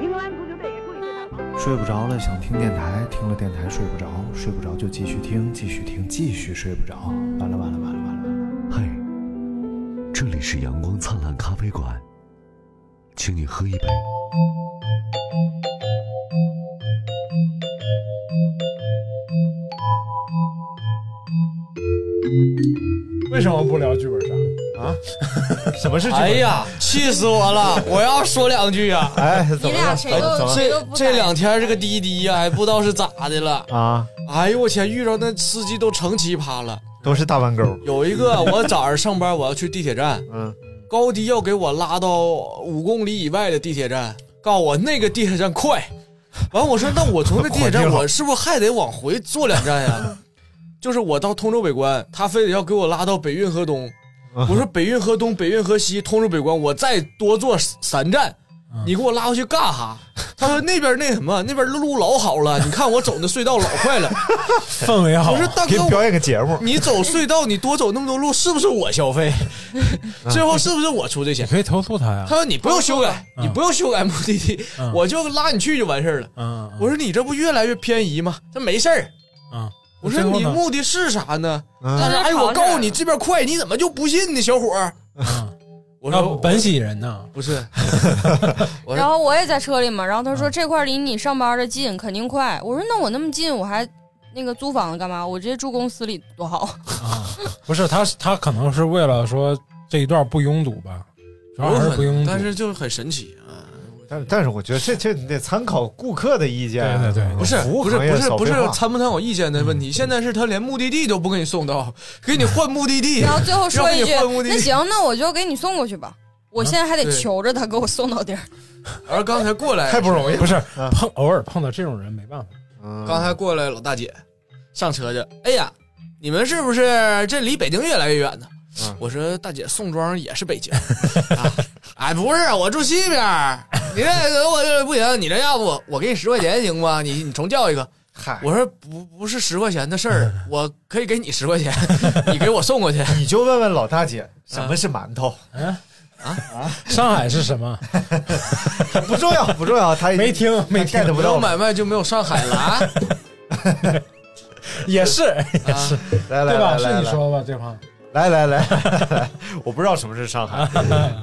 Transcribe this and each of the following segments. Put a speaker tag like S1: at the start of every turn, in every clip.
S1: 英格兰足球队也注意对他。
S2: 睡不着了，想听电台，听了电台睡不着，睡不着就继续听，继续听，继续睡不着，完了完了完了完了，
S3: 嗨，这里是阳光灿烂咖啡馆，请你喝一杯。
S4: 为什么不聊剧本杀？
S5: 什么是
S6: 哎呀，气死我了！ 我要说两句啊，
S4: 哎，怎
S7: 你
S4: 么了
S7: 俩？谁都谁都
S6: 这
S7: 不
S6: 这两天这个滴滴呀、还不知道是咋的了。
S4: 啊，
S6: 哎呦我天，遇着那司机都成奇葩了。
S4: 都是大弯钩。
S6: 有 一个，我早上上班，我要去地铁站，
S4: 嗯，
S6: 高低要给我拉到五公里以外的地铁站，告诉我那个地铁站快。完，我说那我从这地铁
S4: 环
S6: 站，
S4: 境好
S6: 我是不是还得往回坐两 站呀？就是我到通州北关，他非得要给我拉到北运河东。
S4: 嗯
S6: 我说北运河东、北运河西、通州北关，我再多坐三站，
S4: 嗯
S6: 你给我拉回去干哈？他说那边那什么，那边路老好了，你看我走那隧道老快了。
S4: 氛围好
S6: 我说大
S4: 给
S6: 哥
S4: 你表演个节目，
S6: 你走隧道，你多走那么多路，是不是我消 费？最后是不是我出这
S5: 你
S6: 钱？
S5: 可以投诉他呀
S6: 他。说你不用修改，
S5: 嗯
S6: 你不用修改目的地，
S5: 嗯
S6: 我就拉你去就完事儿了。
S5: 嗯，
S6: 我说你这不越来越偏移吗？他没事儿。
S5: 嗯，
S6: 我说
S5: 最后
S6: 你
S5: 呢
S6: 目的是啥呢？
S4: 嗯
S6: 他说哎，我
S7: 吵起来
S6: 告诉你这边快，你怎么就不信呢，小伙儿？
S5: 嗯
S6: 我
S5: 那
S6: 说
S5: 本喜人呢？
S6: 不是，我
S7: 然
S6: 说
S7: 后我也在车里嘛，然后他说这块儿离你上班的近，肯定快。我说那我那么近，我还那个租房子干嘛？我直接住公司里多好。
S5: 啊，不是，他他可能是为了说这一段不拥堵吧，主要
S6: 有
S5: 还是
S6: 可
S5: 不嗯拥
S6: 能，
S5: 堵。
S6: 但是就是很神奇啊。
S4: 但但是我觉得这这你得参考顾客的意见，啊
S5: 对对对
S6: 不是
S4: 服务
S6: 不是
S4: 行业
S6: 不是
S4: 少
S6: 不是
S4: 废话
S6: 参不参考意见的问
S5: 嗯
S6: 题，现在是他连目的地都不给你送到，给你换目的地
S7: 然，后最后说一句
S6: 让你换目：“的地
S7: 那行，那我就给你送过去吧。”我现在还得
S6: 对
S7: 求着他给我送到地儿。
S6: 而刚才过来
S4: 太不容易了
S5: 不是
S4: 嗯
S5: 碰偶尔碰到这种人没办法，
S4: 嗯
S6: 刚才过来老大姐上车去，哎呀，你们是不是这离北京越来越远呢？
S4: 嗯
S6: 我说大姐，宋庄也是北京 啊？哎，不是，我住西 边儿。你这个我不行，你这要不我给你十块钱行吗？你你重叫一个。
S4: 嗨，
S6: 我说不不是十块钱的事儿， 我可以给你十块钱，你给我送过去
S4: 你就问问老大姐什么是馒头，
S5: 上海是什么？
S4: 哎不重要不重要，他
S5: 没听没听
S4: get 不
S6: 没
S4: 到
S6: 有
S4: 了。
S6: 买卖就没有上海了啊！
S5: 也是也是，
S4: 啊来来
S5: 对吧？
S4: 来
S5: 是
S4: 来
S5: 你说吧，对吧？
S4: 来来来来来， 我不知道什么是上海。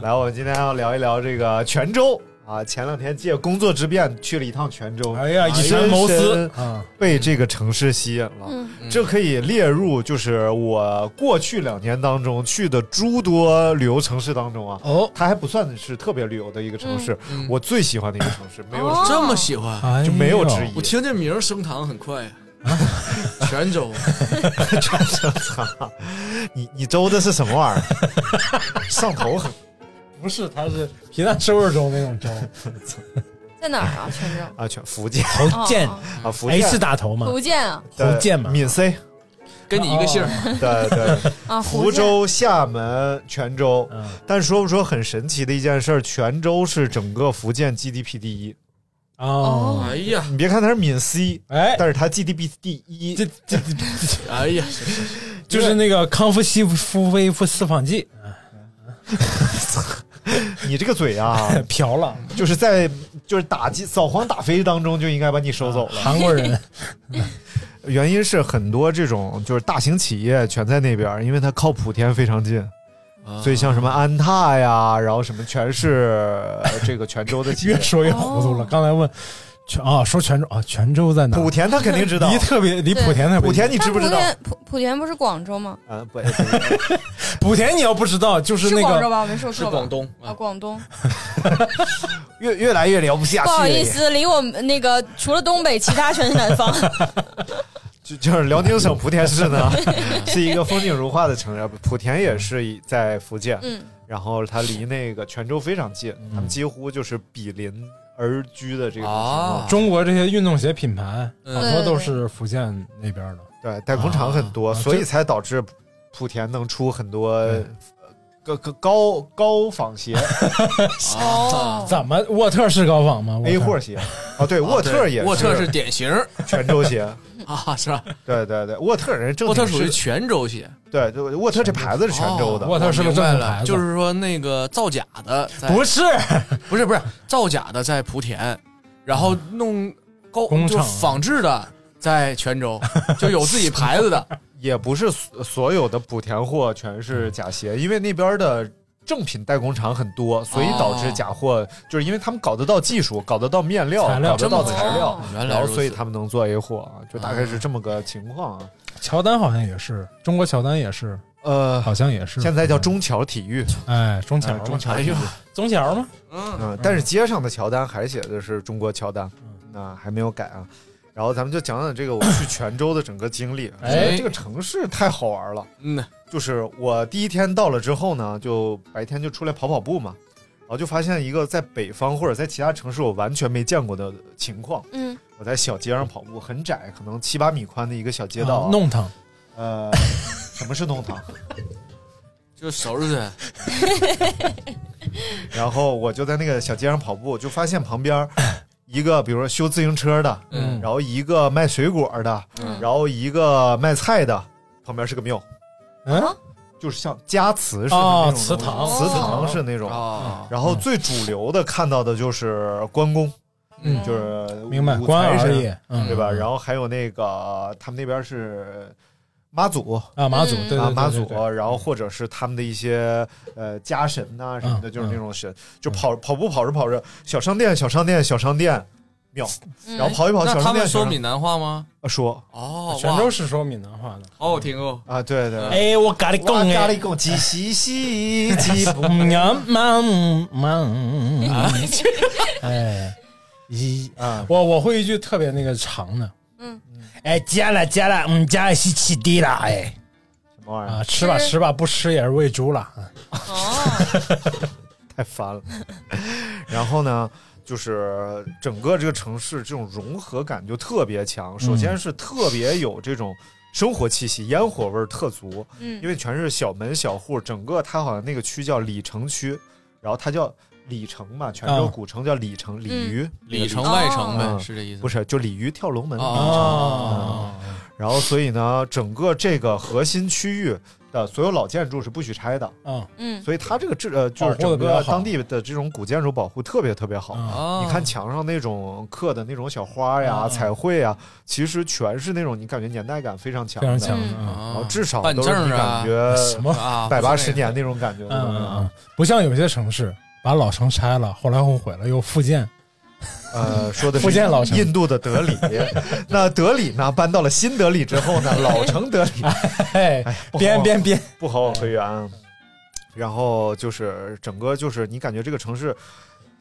S4: 来，我们今天要聊一聊这个泉州啊。前两天借工作之便去了一趟泉州，啊
S5: 哎呀，以
S4: 深
S5: 权谋私
S4: 深
S5: 啊，
S4: 被这个城市吸引了。
S7: 嗯，
S4: 这可以列入，就是我过去两年当中去的诸多旅游城市当中啊，
S5: 哦，
S4: 它还不算是特别旅游的一个城市，
S6: 嗯
S4: 我最喜欢的一个城市， 没有、
S7: 哦
S6: 这么喜欢，
S5: 哎呦
S4: 就没有之一。
S6: 我听这名儿升堂很快呀， 泉州
S4: 操， 你你周的是什么玩意儿？ 上头很
S5: 不是，他是皮蛋瘦肉粥那种粥，
S7: 在哪儿啊？泉州
S4: 啊，全福建
S5: 福建
S7: 哦
S4: 啊，福建
S5: H 打头嘛
S7: 哦，福建啊
S4: 对
S5: 福建嘛
S4: 闽 C，
S6: 跟你一个姓儿，
S4: 对对，
S7: 啊，
S4: 福
S7: 建
S4: 州、厦门、泉州。
S5: 嗯，
S4: 但说不说很神奇的一件事儿，泉州是整个福建 GDP 第一。
S5: 哦，
S6: 哎呀
S4: 你别看它是闽 C，
S5: 哎，
S4: 但是它 GDP 第一。
S5: 这这这
S6: 哎呀，
S5: 就是那个康夫西夫威夫私访剂
S4: 你这个嘴 啊，
S5: 嫖了
S4: 就是在就是打击扫黄打非当中就应该把你收走了。
S5: 韩国人，
S4: 原因是很多这种就是大型企业全在那边，因为它靠莆田非常近，
S5: 嗯
S4: 所以像什么安踏呀，然后什么全是呃这个泉州的企业
S5: 越。说越糊涂了。刚才问泉啊，说泉州啊，泉州在哪儿？
S4: 莆田他肯定知道
S5: 离，特别离
S7: 对
S5: 莆田特别
S4: 莆田
S5: 近
S4: 你知不知道？
S7: 但莆田莆莆田不是广州吗？
S4: 啊，不， 不是
S5: 莆田你要不知道，就是那
S7: 广州
S5: 个
S7: 吧？我没说
S6: 是
S7: 错吧？
S6: 广东
S7: 啊，
S6: 啊，
S7: 广东。
S4: 越越来越聊不下
S7: 不
S4: 去了。
S7: 好意思，离我们那个除了东北，其他全是南方。
S4: 就就是辽宁省莆田市呢， 是一个风景如画的城市。莆田也是一在福建，
S7: 嗯，
S4: 然后它离那个泉州非常近，
S8: 嗯
S4: 他们几乎就是比邻而
S8: 哦
S4: 居的这种情况。
S6: 啊
S5: 中国这些运动鞋品牌，
S6: 嗯
S5: 很多都是福建那边的。
S4: 对，代工厂很
S8: 哦
S4: 多，
S5: 啊
S4: 所
S5: 这
S4: 以才导致莆田能出很多
S5: 对
S4: 高高高高仿鞋、
S7: 哦，
S5: 怎么沃特是高仿吗
S4: A 货鞋。哦，对，沃特也
S8: 沃特是典型儿
S4: 泉州鞋。
S8: 啊，是吧？
S4: 对对对，沃特人正
S8: 沃特
S4: 经
S8: 属于
S4: 是
S8: 泉州鞋，
S4: 对，对沃特这牌子是泉州的。
S8: 哦
S5: 沃特是个
S8: 我明白
S5: 正牌
S8: 了，
S5: 子
S8: 就是说那个造假的在，
S5: 不是，
S8: 不是不是造假的在莆田，然后弄高
S5: 工
S8: 就
S5: 厂
S8: 仿制的在泉州，就有自己牌子的，
S4: 也不是所所有的莆田货全
S5: 嗯
S4: 是假鞋，因为那边的正品代工厂很多，所以导致假货，就是因为他们搞得到技术，搞得到面料，
S5: 材料
S4: 搞得到
S8: 这么
S4: 材料
S8: 哦，原来
S4: 哎然后
S8: 如此
S4: 所以他们能做 A 货啊，就大概是这么个情况啊。
S5: 乔丹好像也是，中国乔丹也是，
S4: 呃，
S5: 嗯好像也是，
S4: 现在叫中桥体育，
S5: 哎中
S4: 哎
S5: 桥
S4: 中桥
S5: 嘛
S4: 体育，
S5: 中桥吗？
S8: 嗯，
S4: 嗯，但是街上的乔丹还写的是中国乔丹，那还没有改啊。然后咱们就讲讲这个我去泉州的整个经历，
S5: 哎
S4: 这个城市太好玩了。
S8: 嗯，
S4: 就是我第一天到了之后呢，就白天就出来跑跑步嘛，然后就发现一个在北方或者在其他城市我完全没见过的情况。
S7: 嗯，
S4: 我在小街上跑步，很窄，可能七八米宽的一个小街道、
S5: 啊弄堂
S4: 呃，什么是弄堂？
S8: 就收拾的，
S4: 然后我就在那个小街上跑步，就发现旁边儿一个，比如说修自行车的，
S8: 嗯
S4: 然后一个卖水果的，然后一个卖菜的，旁边是个庙，
S5: 嗯
S4: 就是像家祠似的那种
S5: 哦
S4: 东西
S5: 祠堂
S4: 祠堂是那种。
S8: 啊，
S4: 然后最主流的看到的就是关公，
S8: 嗯
S4: 就是
S5: 明白
S4: 武
S5: 关
S4: 财
S5: 二
S4: 神
S5: 爷嗯
S4: 对吧？然后还有那个他们那边是妈祖，
S5: 啊马祖
S7: 嗯
S5: 对
S4: 啊，
S5: 对
S4: 妈
S5: 对
S4: 祖
S5: 对，
S4: 然后或者是他们的一些呃家神呐、什么的，
S5: 嗯
S4: 就是那种神，就跑跑步跑着跑着，小商店小商店小商店庙，然后跑一跑
S8: 嗯那
S4: 小
S8: 他们
S4: 商
S8: 说
S4: 店小商
S8: 闽南话吗？
S4: 啊说
S8: 哦，
S5: 泉州
S8: 哇
S5: 是说闽南话的。
S8: 好好听哦，
S4: 啊，对对，
S5: 哎，我咖喱贡
S4: 哇咖
S5: 哎
S4: 喱，贡鸡西西 鸡，
S5: 嗯嗯嗯嗯，哎，一
S4: 啊
S5: 我我会一句特别那个长的，
S7: 嗯，
S5: 哎，加了加了，嗯，加了西奇的啦，哎，
S4: 什么玩意儿
S5: 啊，吃吧
S7: 吃
S5: 吃吧，不吃也是喂猪了，啊
S7: 哦，
S4: 太烦了。然后呢，就是整个这个城市这种融合感就特别强，首
S5: 嗯
S4: 先是特别有这种生活气息，烟火味儿特足，因
S7: 嗯，
S4: 为全是小门小户，整个它好像那个区叫里城区，然后它叫里城嘛，泉州
S5: 啊
S4: 古城叫里城，鲤鱼，
S6: 嗯
S8: 里城
S7: 哦
S8: 外城呗，
S4: 嗯
S8: 是这意思？
S4: 不是就鲤鱼跳龙门。
S5: 啊
S8: 哦
S4: 然后所以呢，整个这个核心区域的所有老建筑是不许拆的，
S5: 啊
S7: 嗯，
S4: 所以它这个治呃就是
S5: 保护
S4: 整
S5: 得比较
S4: 个
S5: 好
S4: 当地的这种古建筑保护特别特别好。
S5: 啊，
S6: 嗯
S8: 哦，
S4: 你看墙上那种刻的那种小花呀、
S5: 啊
S4: 彩绘呀，其实全是那种你感觉年代感非常强
S5: 非
S4: 的，
S5: 常强
S6: 哦
S5: 啊，
S7: 嗯
S4: 然
S8: 啊
S4: 后至少
S8: 办
S4: 都是
S8: 证
S4: 你
S8: 啊
S4: 感觉
S5: 什么，
S8: 啊，
S4: 百八
S8: 不是
S4: 十
S8: 那个
S4: 年那种感觉
S5: 嗯
S4: 的东西啊
S5: 嗯嗯，不像有些城市把老城拆了，后来后悔了又复建，
S4: 呃，说的是
S5: 福建老城
S4: 印度的德 里。那德里呢，搬到了新德里之后呢，老城德里
S5: 哎，编编编，
S4: 不好往回圆啊。然后就是整个就是你感觉这个城市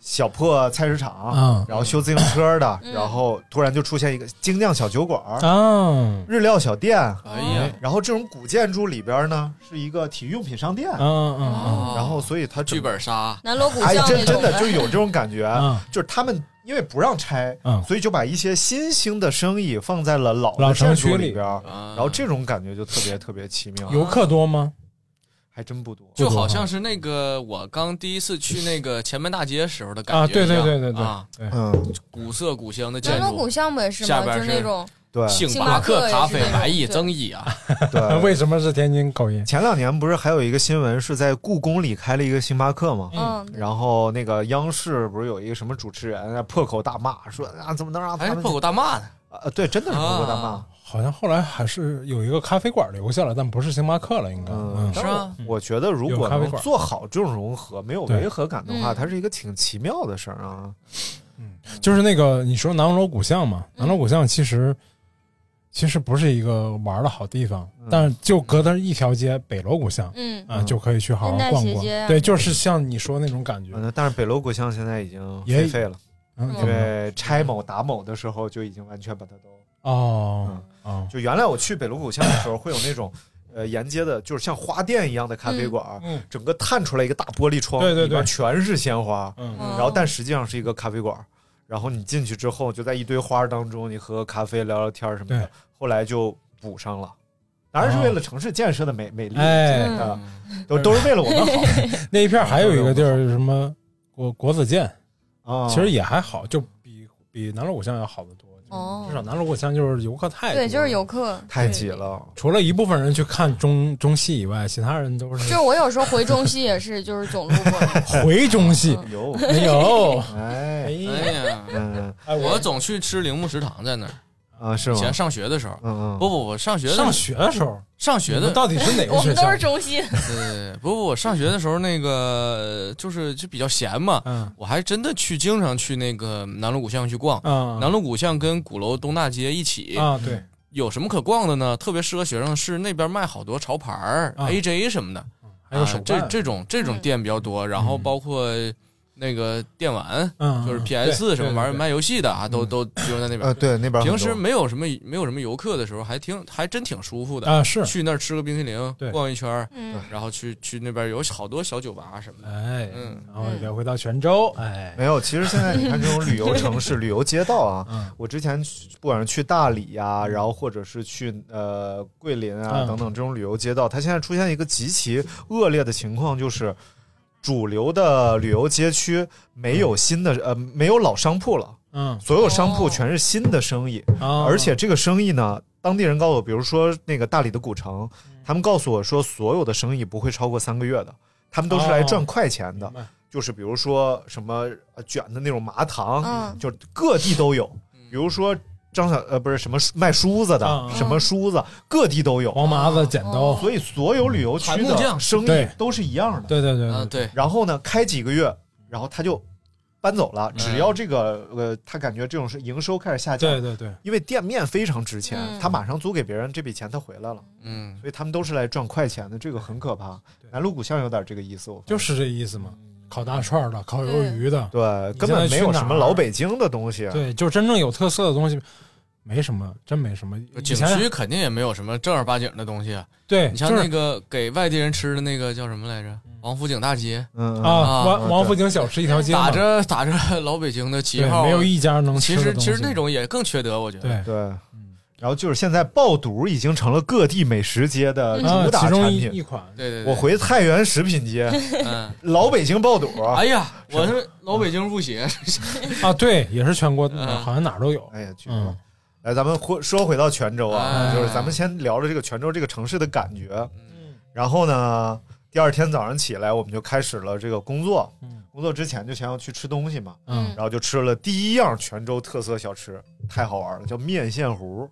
S4: 小破菜市场，
S5: 啊
S4: 然后修自行车的，
S7: 嗯
S4: 然后突然就出现一个精酿小酒馆、
S5: 啊
S4: 日料小店，
S8: 哎呀，
S4: 然后这种古建筑里边呢是一个体育用品商店，
S5: 啊啊
S8: 哦
S4: 然后所以它整
S8: 剧本杀，
S7: 南锣鼓巷
S4: 哎，真真
S7: 那种
S4: 的就有这种感觉，
S5: 啊！
S4: 就是他们因为不让拆，
S5: 嗯
S4: 所以就把一些新兴的生意放在了老
S5: 老
S4: 的
S5: 城
S4: 建
S5: 区
S4: 筑
S5: 里
S4: 里边儿，
S8: 然
S4: 然后这种感觉就特别特别奇妙，
S5: 游客多吗？
S4: 还真不多。
S8: 就好像是那个我刚第一次去那个前门大街时候的感觉
S5: 啊，对
S8: 一
S5: 对
S8: 样
S5: 对对对
S8: 啊，
S5: 对，
S4: 嗯，
S8: 古色古香的
S7: 南
S8: 建
S7: 锣鼓
S8: 筑，
S7: 巷不也是
S8: 下
S7: 吗？
S8: 边
S7: 就是
S8: 是
S7: 那种
S4: 对
S8: 星
S7: 星
S8: 巴
S7: 巴
S8: 克
S7: 克
S8: 咖
S7: 也是
S8: 啡、
S7: 那种
S8: 白蚁、
S7: 对
S8: 增益啊，
S4: 对。
S5: 为什么是天津口音？
S4: 前两年不是还有一个新闻是在故宫里开了一个星巴克吗？
S7: 嗯，
S4: 然后那个央视不是有一个什么主持人啊破口大骂，说啊怎么能让
S8: 还
S4: 他
S6: 哎
S8: 是
S4: 们
S8: 哎破口大骂呢。
S4: 啊？对，真的是破口大骂
S8: 啊。
S5: 好像后来还是有一个咖啡馆留下了，但不是星巴克了，应该。
S4: 嗯，
S5: 嗯
S8: 是吗
S4: 但我我觉得如果
S5: 有咖啡
S4: 能
S5: 馆
S4: 做好这种融合，没有
S5: 对
S4: 违和感的话，
S7: 嗯
S4: 它是一个挺奇妙的事儿啊。
S5: 就是那个你说南锣鼓巷嘛，
S7: 嗯
S5: 南锣鼓巷其实其实不是一个玩的好地方，
S4: 嗯
S5: 但是就隔着一条街北锣鼓巷
S7: 嗯，
S5: 啊，
S4: 嗯
S5: 就可以去好好
S7: 现代
S5: 逛
S7: 斜
S5: 逛
S7: 街。啊
S5: 对，就是像你说那种感觉，
S4: 嗯，但是北锣鼓巷现在已经
S5: 也
S4: 废废了。
S5: 嗯，
S7: 嗯
S4: 因为拆某打某的时候就已经完全把它都，
S5: 哦哦，
S4: 就原来我去北锣鼓巷的时候会有那种，呃，沿街的就是像花店一样的咖啡馆，
S5: 嗯
S4: 整个探出来一个大玻璃窗，
S5: 对对对
S4: 里面全是鲜花，
S5: 嗯
S7: 嗯
S4: 然后但实际上是一个咖啡馆，然后你进去之后就在一堆花当中你喝喝咖啡聊聊天什么的
S5: 对，
S4: 后来就补上了。当然是为了城市建设的美美丽之
S5: 哎
S4: 类的，
S6: 嗯
S4: 都都是为了我们好
S5: 那一片还有一个地儿是什么国国子监，
S4: 啊。
S5: 其实也还好，就比比南锣鼓巷要好得多。
S7: 哦
S5: 至少南锣鼓巷就是游客太多
S7: 对，就是游。客
S4: 太
S7: 对
S4: 挤了，
S5: 除了一部分人去看中中戏以外，其他人都
S7: 就是是我有时候回中戏也是，就是总路过，
S5: 回中 戏。
S4: 有
S5: 没有，哎
S4: 哎
S5: 呀
S6: 哎呀，
S4: 嗯
S5: 哎
S6: 我总去吃铃木食堂，在那儿。
S4: 啊是
S6: 以
S4: 吗
S6: 前？上学的时候，
S4: 嗯
S6: 不不，我上学的
S5: 上学的时候，
S6: 上学
S5: 你
S6: 的
S5: 们到底是哪个
S7: 我
S5: 学
S7: 们
S5: 校
S7: 都？是 中戏。
S6: 对，不不，我上学的时候那个就是就比较闲嘛，
S5: 嗯
S6: 我还真的去经常去那个南锣鼓巷去逛。
S5: 啊，
S6: 南锣鼓巷跟鼓楼东大街一起，
S5: 啊，对，
S6: 有什么可逛的呢？特别适合学生，是那边卖好多潮牌儿、
S5: 啊
S6: AJ 什么的，
S5: 还有
S6: 啊
S5: 手
S6: 这
S5: 办，
S6: 这种这种店比较多。然后包括那个电玩，
S5: 嗯，
S6: 就是
S5: 嗯
S6: PS
S5: 对
S6: 什么
S5: 对
S6: 玩意儿
S5: 对嗯
S6: 卖游戏的啊，都都集中在那边。
S4: 呃对那边很多
S6: 平时没有什么没有什么游客的时候，还挺还真挺舒服的。
S5: 啊是，
S6: 去那儿吃个冰淇淋
S5: 对，
S6: 逛一圈儿，
S7: 嗯，
S6: 然后去去那边有好多小酒吧什么的。
S5: 哎，
S6: 嗯
S5: 然后聊回到泉州，哎，
S4: 没有，其实现在你看这种旅游城市、旅游街道啊
S5: 嗯，
S4: 我之前去不管是去大理呀、然后或者是去呃桂林啊
S5: 嗯
S4: 等等这种旅游街道，它现在出现一个极其恶劣的情况，就是主流的旅游街区没有新的呃没有老商铺了，
S5: 嗯，
S4: 所有商铺
S7: 哦
S4: 全是新的生意，
S5: 啊
S4: 而且这个生意呢，当地人告诉我，比如说那个大理的古城，
S5: 嗯
S4: 他们告诉我说所有的生意不会超过三个月的，他们都是来赚快钱的。
S5: 哦明白
S4: 就是比如说什么呃卷的那种麻糖，
S7: 嗯
S4: 就是各地都有。比如说张小呃不是什么卖梳子的，
S5: 嗯
S4: 什么梳子，各地都有。
S5: 黄麻子、剪刀
S7: 哦，
S4: 所以所有旅游区
S6: 木
S4: 的
S6: 匠
S4: 生意
S5: 对
S4: 都是一样的。
S5: 对对对
S6: 啊，
S5: 嗯对，
S6: 对，
S4: 然后呢，开几个月，然后他就搬走了。
S5: 嗯
S4: 只要这个呃，他感觉这种是营收开始下降，
S5: 对对对，
S4: 因为店面非常值钱，
S7: 嗯
S4: 他马上租给别人，这笔钱他回来了，
S6: 嗯，
S4: 所以他们都是来赚快钱的，这个很可怕。南锣鼓巷有点这个意思，我发现
S5: 就是这意思嘛，
S6: 嗯
S5: 烤大串儿的，烤鱿鱼的，
S4: 对，
S5: 你
S4: 根本
S5: 现在
S4: 没
S5: 去
S4: 有
S5: 哪
S4: 什么
S5: 儿
S4: 老北京的东西。
S5: 对，就真正有特色的东西，没什么，真没什么。以
S6: 景
S5: 前啊
S6: 区肯定也没有什么正儿八经的东西啊。
S5: 对，
S4: 哎
S6: 你像
S5: 就是
S6: 那个给外地人吃的那个叫什么来着？王府井大街，
S4: 嗯
S5: 啊，
S6: 啊
S5: 王
S4: 对
S5: 王府井小吃一条街嘛，
S6: 打着打着老北京的旗
S5: 对，
S6: 号，
S5: 没有一家能
S6: 其
S5: 吃的
S6: 实
S5: 东
S6: 其
S5: 西
S6: 实那种也更缺德，我觉得。
S5: 对
S4: 对，
S5: 嗯
S4: 然后就是现在爆肚已经成了各地美食街的嗯主
S5: 啊，
S4: 打
S5: 其
S4: 产
S5: 中一
S4: 品。
S5: 一款，
S6: 对对对，
S4: 我回太原食品街，
S6: 嗯，
S4: 老北京爆肚，啊
S6: 哎呀，我是老北京入协，
S5: 啊，对，也是全国，
S6: 嗯
S5: 好像哪儿都有。
S4: 哎呀，绝了
S5: 嗯！，
S4: 来，咱们回说回到泉州啊，
S6: 哎
S4: 就是咱们先聊了这个泉州这个城市的感觉，
S5: 嗯
S4: 然后呢，第二天早上起来我们就开始了这个工作。
S5: 嗯
S4: 工作之前就先要去吃东西嘛，
S5: 嗯，
S4: 然后就吃了第一样泉州特色小吃，太好玩了，叫面线糊。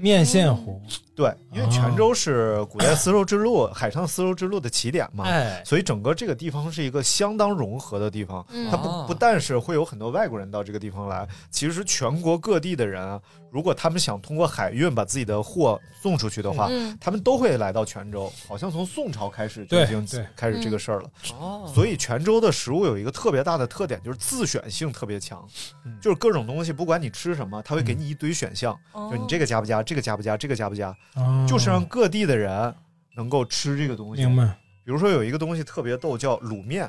S5: 面线糊，
S4: 对，因为泉州是古代丝绸之路、海上丝绸之路的起点嘛，
S5: 哎，
S4: 所以整个这个地方是一个相当融合的地方。
S7: 嗯
S4: 它不不但是会有很多外国人到这个地方来，其实全国各地的人啊，如果他们想通过海运把自己的货送出去的话，
S7: 嗯，
S4: 他们都会来到泉州。好像从宋朝开始就已
S5: 对
S4: 经
S5: 对
S4: 开始这个事儿了。
S6: 哦，
S4: 嗯所以泉州的食物有一个特别大的特点，就是自选性特别强，
S5: 嗯
S4: 就是各种东西不管你吃什么，它会给你一堆选项，
S7: 哦
S5: 嗯
S4: 就你这个加不加，这个加不加，这个加不加。
S5: 哦
S4: 就是让各地的人能够吃这个东西。
S5: 明白，
S4: 比如说有一个东西特别逗，叫卤面，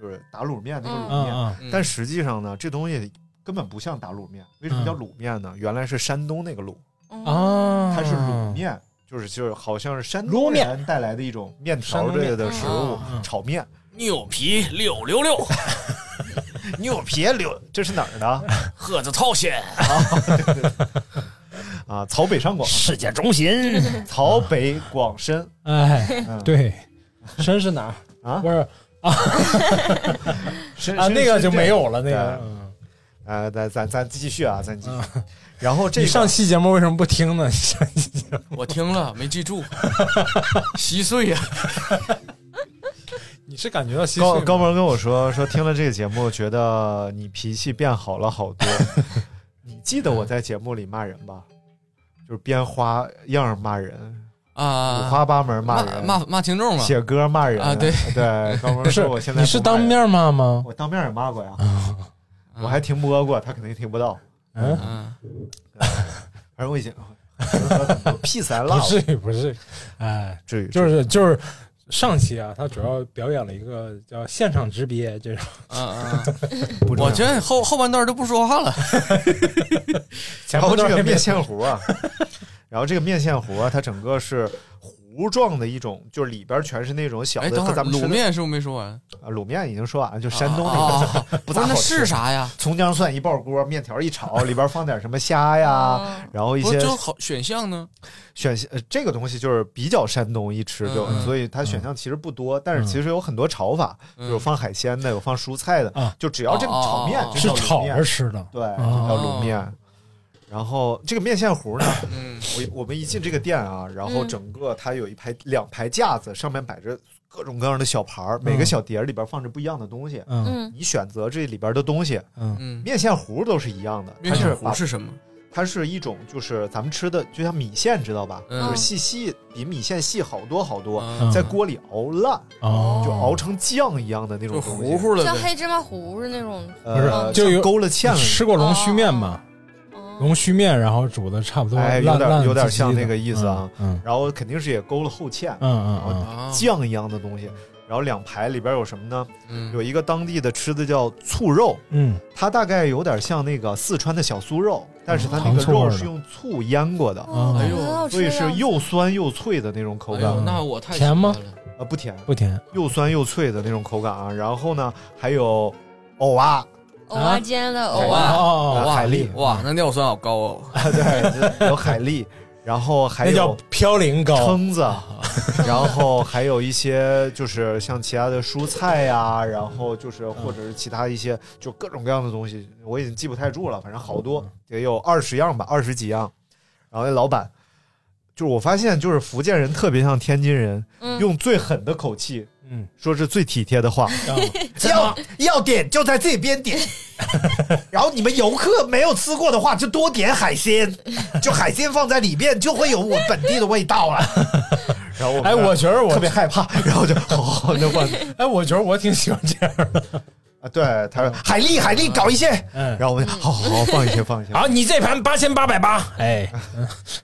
S4: 就是打卤面那个
S5: 嗯
S4: 卤面。
S5: 嗯，
S6: 嗯
S4: 但实际上呢，这东西根本不像打卤面。为什么
S5: 嗯
S4: 叫卤面呢？原来是山东那个卤，
S7: 哦
S5: 啊，
S4: 嗯它是卤面，就是就是好像是山
S5: 卤
S4: 东
S5: 面
S4: 人带来的一种面
S5: 山
S4: 条
S5: 东
S4: 之类
S5: 面
S4: 的食物
S5: 嗯，
S4: 炒面。
S6: 牛皮六六六，
S4: 牛皮溜，这是哪儿的？
S6: 盒子套鲜，
S4: 啊，曹北上广，
S5: 世界中心，
S4: 曹北广深。
S5: 哎，
S4: 嗯，
S5: 对，深是哪儿
S4: 啊
S5: 不是
S4: 深
S5: 啊，
S4: 深
S5: 那个
S4: 深
S5: 就
S4: 圳
S5: 没有了，那个
S4: 对。
S5: 嗯
S4: 呃，咱咱咱继续啊，咱继续。然后这
S5: 你
S4: 个
S5: 上期节目为什么不听呢？你上期节目
S6: 我听了没记住，稀碎啊呀，
S5: 你是感觉到心
S4: 高
S5: 碎
S4: 高
S5: 吗？
S4: 萌跟我说 说听了这个节目，觉得你脾气变好了好 多。你记得我在节目里骂人吧？就是编花样儿骂人，五
S6: 啊，
S4: 花八门骂
S6: 骂
S4: 人，
S6: 骂骂听众嘛，
S4: 写歌骂人
S6: 啊对
S4: 对， 高萌
S5: 不是
S4: 说我现，在
S5: 你是
S4: 不骂
S5: 当
S4: 人，
S5: 面啊骂吗？
S4: 我当面也骂过呀，我还停播过，他肯定听不到。
S5: 嗯，
S4: 啊
S6: 嗯，
S4: 反正我已经我屁三辣
S5: 不
S4: 了，
S5: 至于，不至于，哎，
S4: 至于
S5: 就是就是上期啊，他主要表演了一个叫现场直憋这种，
S6: 嗯嗯，
S4: 不重
S6: 我
S4: 要
S6: 这后后半段都不说话了，
S5: 前
S4: 然后
S5: 面
S4: 这
S5: 都
S4: 个
S5: 是
S4: 面线糊啊，然后这个面线糊啊，它整个是糊状的一种，就是里边全是那种小
S6: 哎，
S4: 的。
S6: 等
S4: 和
S6: 会儿
S4: 咱们吃
S6: 卤
S4: 的
S6: 面是不是没说完？
S4: 啊，卤面已经说完了，就山东
S6: 啊
S4: 那
S6: 啊
S4: 个不
S6: 不
S4: 咋
S6: 是那
S4: 好吃
S6: 是啥呀？
S4: 葱姜蒜一爆锅，面条一炒，里边放点什么虾呀，然后一
S6: 哦不
S4: 些
S6: 就好选项呢？
S4: 选项呃这个东西就是比较山东一吃就，
S6: 嗯
S4: 所以它选项其实不多，但是其实有很多炒法，
S6: 嗯
S4: 有放海鲜的，有放蔬菜的，
S5: 啊
S4: 就只要这个炒面
S6: 哦
S4: 就是叫卤
S5: 炒
S4: 面
S5: 着吃的，
S4: 对，就
S5: 哦
S4: 叫卤面。然后这个面线糊呢，
S6: 嗯，
S4: 我我们一进这个店啊，然后
S7: 嗯
S4: 整个它有一排两排架子，上面摆着各种各样的小盘儿，每个
S5: 嗯
S4: 小碟儿里边放着不一样的东西。
S5: 嗯
S7: 嗯
S4: 你选择这里边的东西，
S5: 嗯
S6: 嗯，
S4: 面线糊都是一样的，它
S6: 面
S4: 是
S6: 线
S4: 把
S6: 糊是什么？
S4: 它是一种就是咱们吃的，就像米线，知道吧？
S6: 嗯
S4: 就是细细比米线细好多好多，
S6: 啊
S4: 在锅里熬烂，
S5: 哦，
S4: 就熬成酱一样的那
S6: 嗯就
S4: 种东西，
S6: 糊糊了
S7: 像
S6: 呗。
S7: 黑芝麻糊是那种，
S5: 不是
S4: 呃，
S5: 就
S4: 像
S5: 有
S4: 勾了芡了。
S5: 吃过龙须面吗？
S7: 哦
S5: 龙须面，然后煮的差不多，
S4: 哎有
S5: 烂
S4: 点
S5: 烂
S4: 有点
S5: 唧唧
S4: 像
S5: 的
S4: 那个意思啊
S5: 嗯
S4: 然后肯定是也勾了后芡，
S5: 嗯嗯
S6: 啊，
S4: 酱一样的东西。然后两排里边有什么呢？
S6: 嗯
S4: 有一个当地的吃的叫醋肉，
S5: 嗯
S4: 它大概有点像那个四川的小酥肉，但是它那
S5: 嗯糖
S4: 个
S5: 醋味
S4: 肉
S5: 儿
S4: 是
S5: 的
S4: 用醋腌过的，
S7: 哦
S6: 哎
S7: 感
S6: 呦
S7: 觉很好吃
S4: 所以
S7: 呀
S4: 是又酸又脆的那种口
S6: 哎
S4: 感，
S6: 呦，那我太喜
S5: 甜吗
S6: 欢了？
S4: 呃不甜
S5: 嗯，，不甜，
S4: 又酸又脆的那种口感啊。然后呢，还有藕啊，
S7: 藕啊煎的
S6: 藕
S7: 藕
S6: 啊
S7: 啊，
S5: 哦，
S4: 海蛎，
S6: 哇，那尿酸好高哦！
S4: 对，有海蛎，然后还
S5: 那叫
S4: 有
S5: 嘌呤膏，
S4: 蛏子，然后还有一些就是像其他的蔬菜呀、然后就是或者是其他一些就各种各样的东西，我已经记不太住了，反正好多得有二十样吧，二十几样。然后那老板，就是我发现就是福建人特别像天津人，
S7: 嗯
S4: 用最狠的口气
S5: 嗯，
S4: 说是最体贴的话，
S5: 啊
S4: 要要点就在这边点，然后你们游客没有吃过的话，就多点海鲜，就海鲜放在里边就会有我本地的味道了。然后我
S5: 哎，我觉得我
S4: 特别害怕，然后就好好那换
S5: 哎，我觉得我挺喜欢这样的，
S4: 啊，对，他说海蛎海蛎搞一些，
S5: 嗯，
S4: 然后我就哦好好好放一些放一些，
S5: 好，你这盘八千八百八，哎，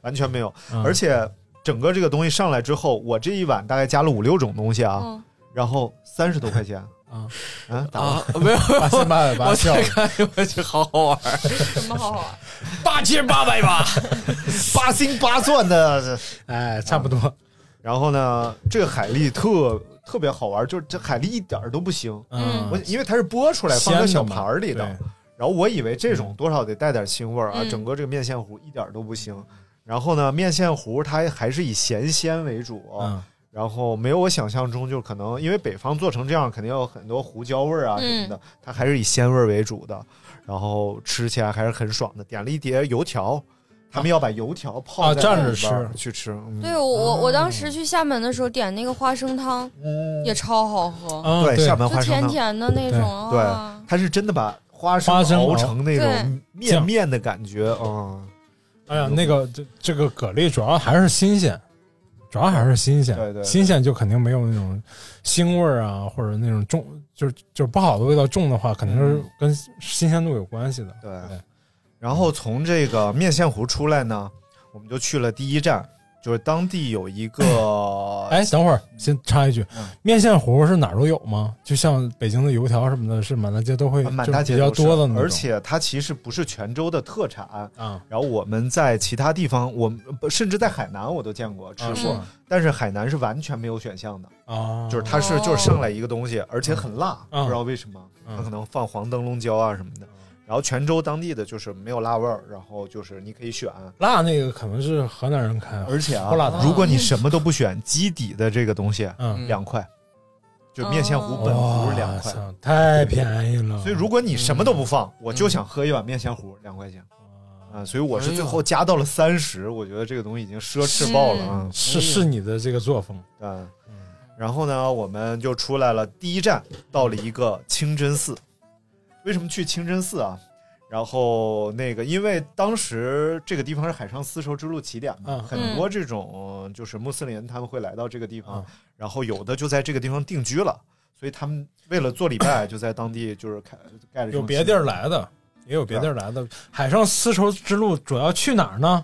S4: 完全没有，而且整个这个东西上来之后，我这一碗大概加了五六种东西啊，
S7: 嗯
S4: 然后三十多块钱
S5: 啊
S4: 啊，咋了？
S6: 啊，没有，
S5: 八千八百八
S6: 我
S5: 笑
S6: 才
S5: 了，
S6: 看，我去，好好玩儿，
S7: 什么好好啊玩？
S6: 八千八百八，
S4: 八星八钻的。
S5: 哎，差不多，
S4: 然后呢，这个海蛎特特别好玩，就是这海蛎一点儿都不腥，
S7: 嗯
S4: 我因为它是剥出来放在小
S5: 鲜的嘛
S4: 盘儿里的，
S5: 对
S4: 然后我以为这种多少得带点腥味儿啊，
S7: 嗯
S4: 整个这个面线糊一点儿都不腥。然后呢，面线糊它还是以咸鲜为主，哦
S5: 嗯，
S4: 然后没有我想象中就可能因为北方做成这样，肯定有很多胡椒味儿啊
S5: 嗯
S4: 什么的，它还是以鲜味儿为主的，然后吃起来还是很爽的。点了一碟油条，他们要把油条泡
S5: 啊
S4: 在
S5: 蘸着
S4: 里边儿
S5: 吃
S4: 去吃，嗯
S7: 对我我我当时去厦门的时候点那个花生汤
S5: 嗯
S7: 也超好喝，
S5: 啊
S4: 对，厦门
S7: 就
S4: 花生
S7: 甜
S4: 汤。
S7: 甜的那种
S4: 对
S7: 啊。
S4: 它是真的把花
S5: 花生啊
S4: 生
S5: 熬
S4: 熬成那种
S7: 对
S4: 面面的感觉啊、
S5: 哎呀，那个这这个蛤蜊主要还是新鲜，主要还是新鲜，
S4: 对对对
S5: 新鲜就肯定没有那种腥味儿啊，或者那种重，就是就是不好的味道重的话，肯定是跟新鲜度有关系的。
S4: 嗯。对，然后从这个面线糊出来呢，我们就去了第一站，就是当地有一个，
S5: 哎，等会儿先插一句
S4: 嗯，
S5: 面线糊是哪儿都有吗？就像北京的油条什么的，是满大街都会，
S4: 啊满
S5: 哎就
S4: 大街
S5: 比较
S4: 都是
S5: 多的那种。
S4: 而且它其实不是泉州的特产。
S5: 啊，
S4: 然后我们在其他地方，我们不甚至在海南我都见过吃
S5: 啊
S4: 过，
S7: 嗯
S4: 但是海南是完全没有选项的，
S5: 啊，
S4: 就是它是就是
S7: 哦
S4: 上来一个东西，而且很辣，
S5: 嗯
S4: 不知道为什么，
S5: 嗯
S4: 它可能放黄灯笼椒啊什么的。然后泉州当地的就是没有辣味儿，然后就是你可以选，
S5: 辣那个可能是河南人开的，
S4: 而且啊
S5: 啊不辣的，
S4: 如果你什么都不选，基底的这个东西
S5: 嗯，哦
S4: 两块，就面线糊本糊
S5: 哇嗯
S4: 两块。
S5: 操太便宜了。
S4: 所以如果你什么都不放，我就想喝一碗面线糊，两块钱啊！所以我是最后加到了三十，我觉得这个东西已经奢侈爆了啊！
S5: 哎是是你的这个作风，
S4: 嗯，然后呢，我们就出来了，第一站到了一个清真寺。为什么去清真寺啊？然后那个，因为当时这个地方是海上丝绸之路起点嘛，
S5: 嗯
S4: 很多这种就是穆斯林他们会来到这个地方，
S5: 嗯
S4: 然后有的就在这个地方定居了，所以他们为了做礼拜，就在当地就是开盖了这
S5: 有
S4: 种
S5: 别地儿来的，也有别地儿来的。海上丝绸之路主要去哪儿呢？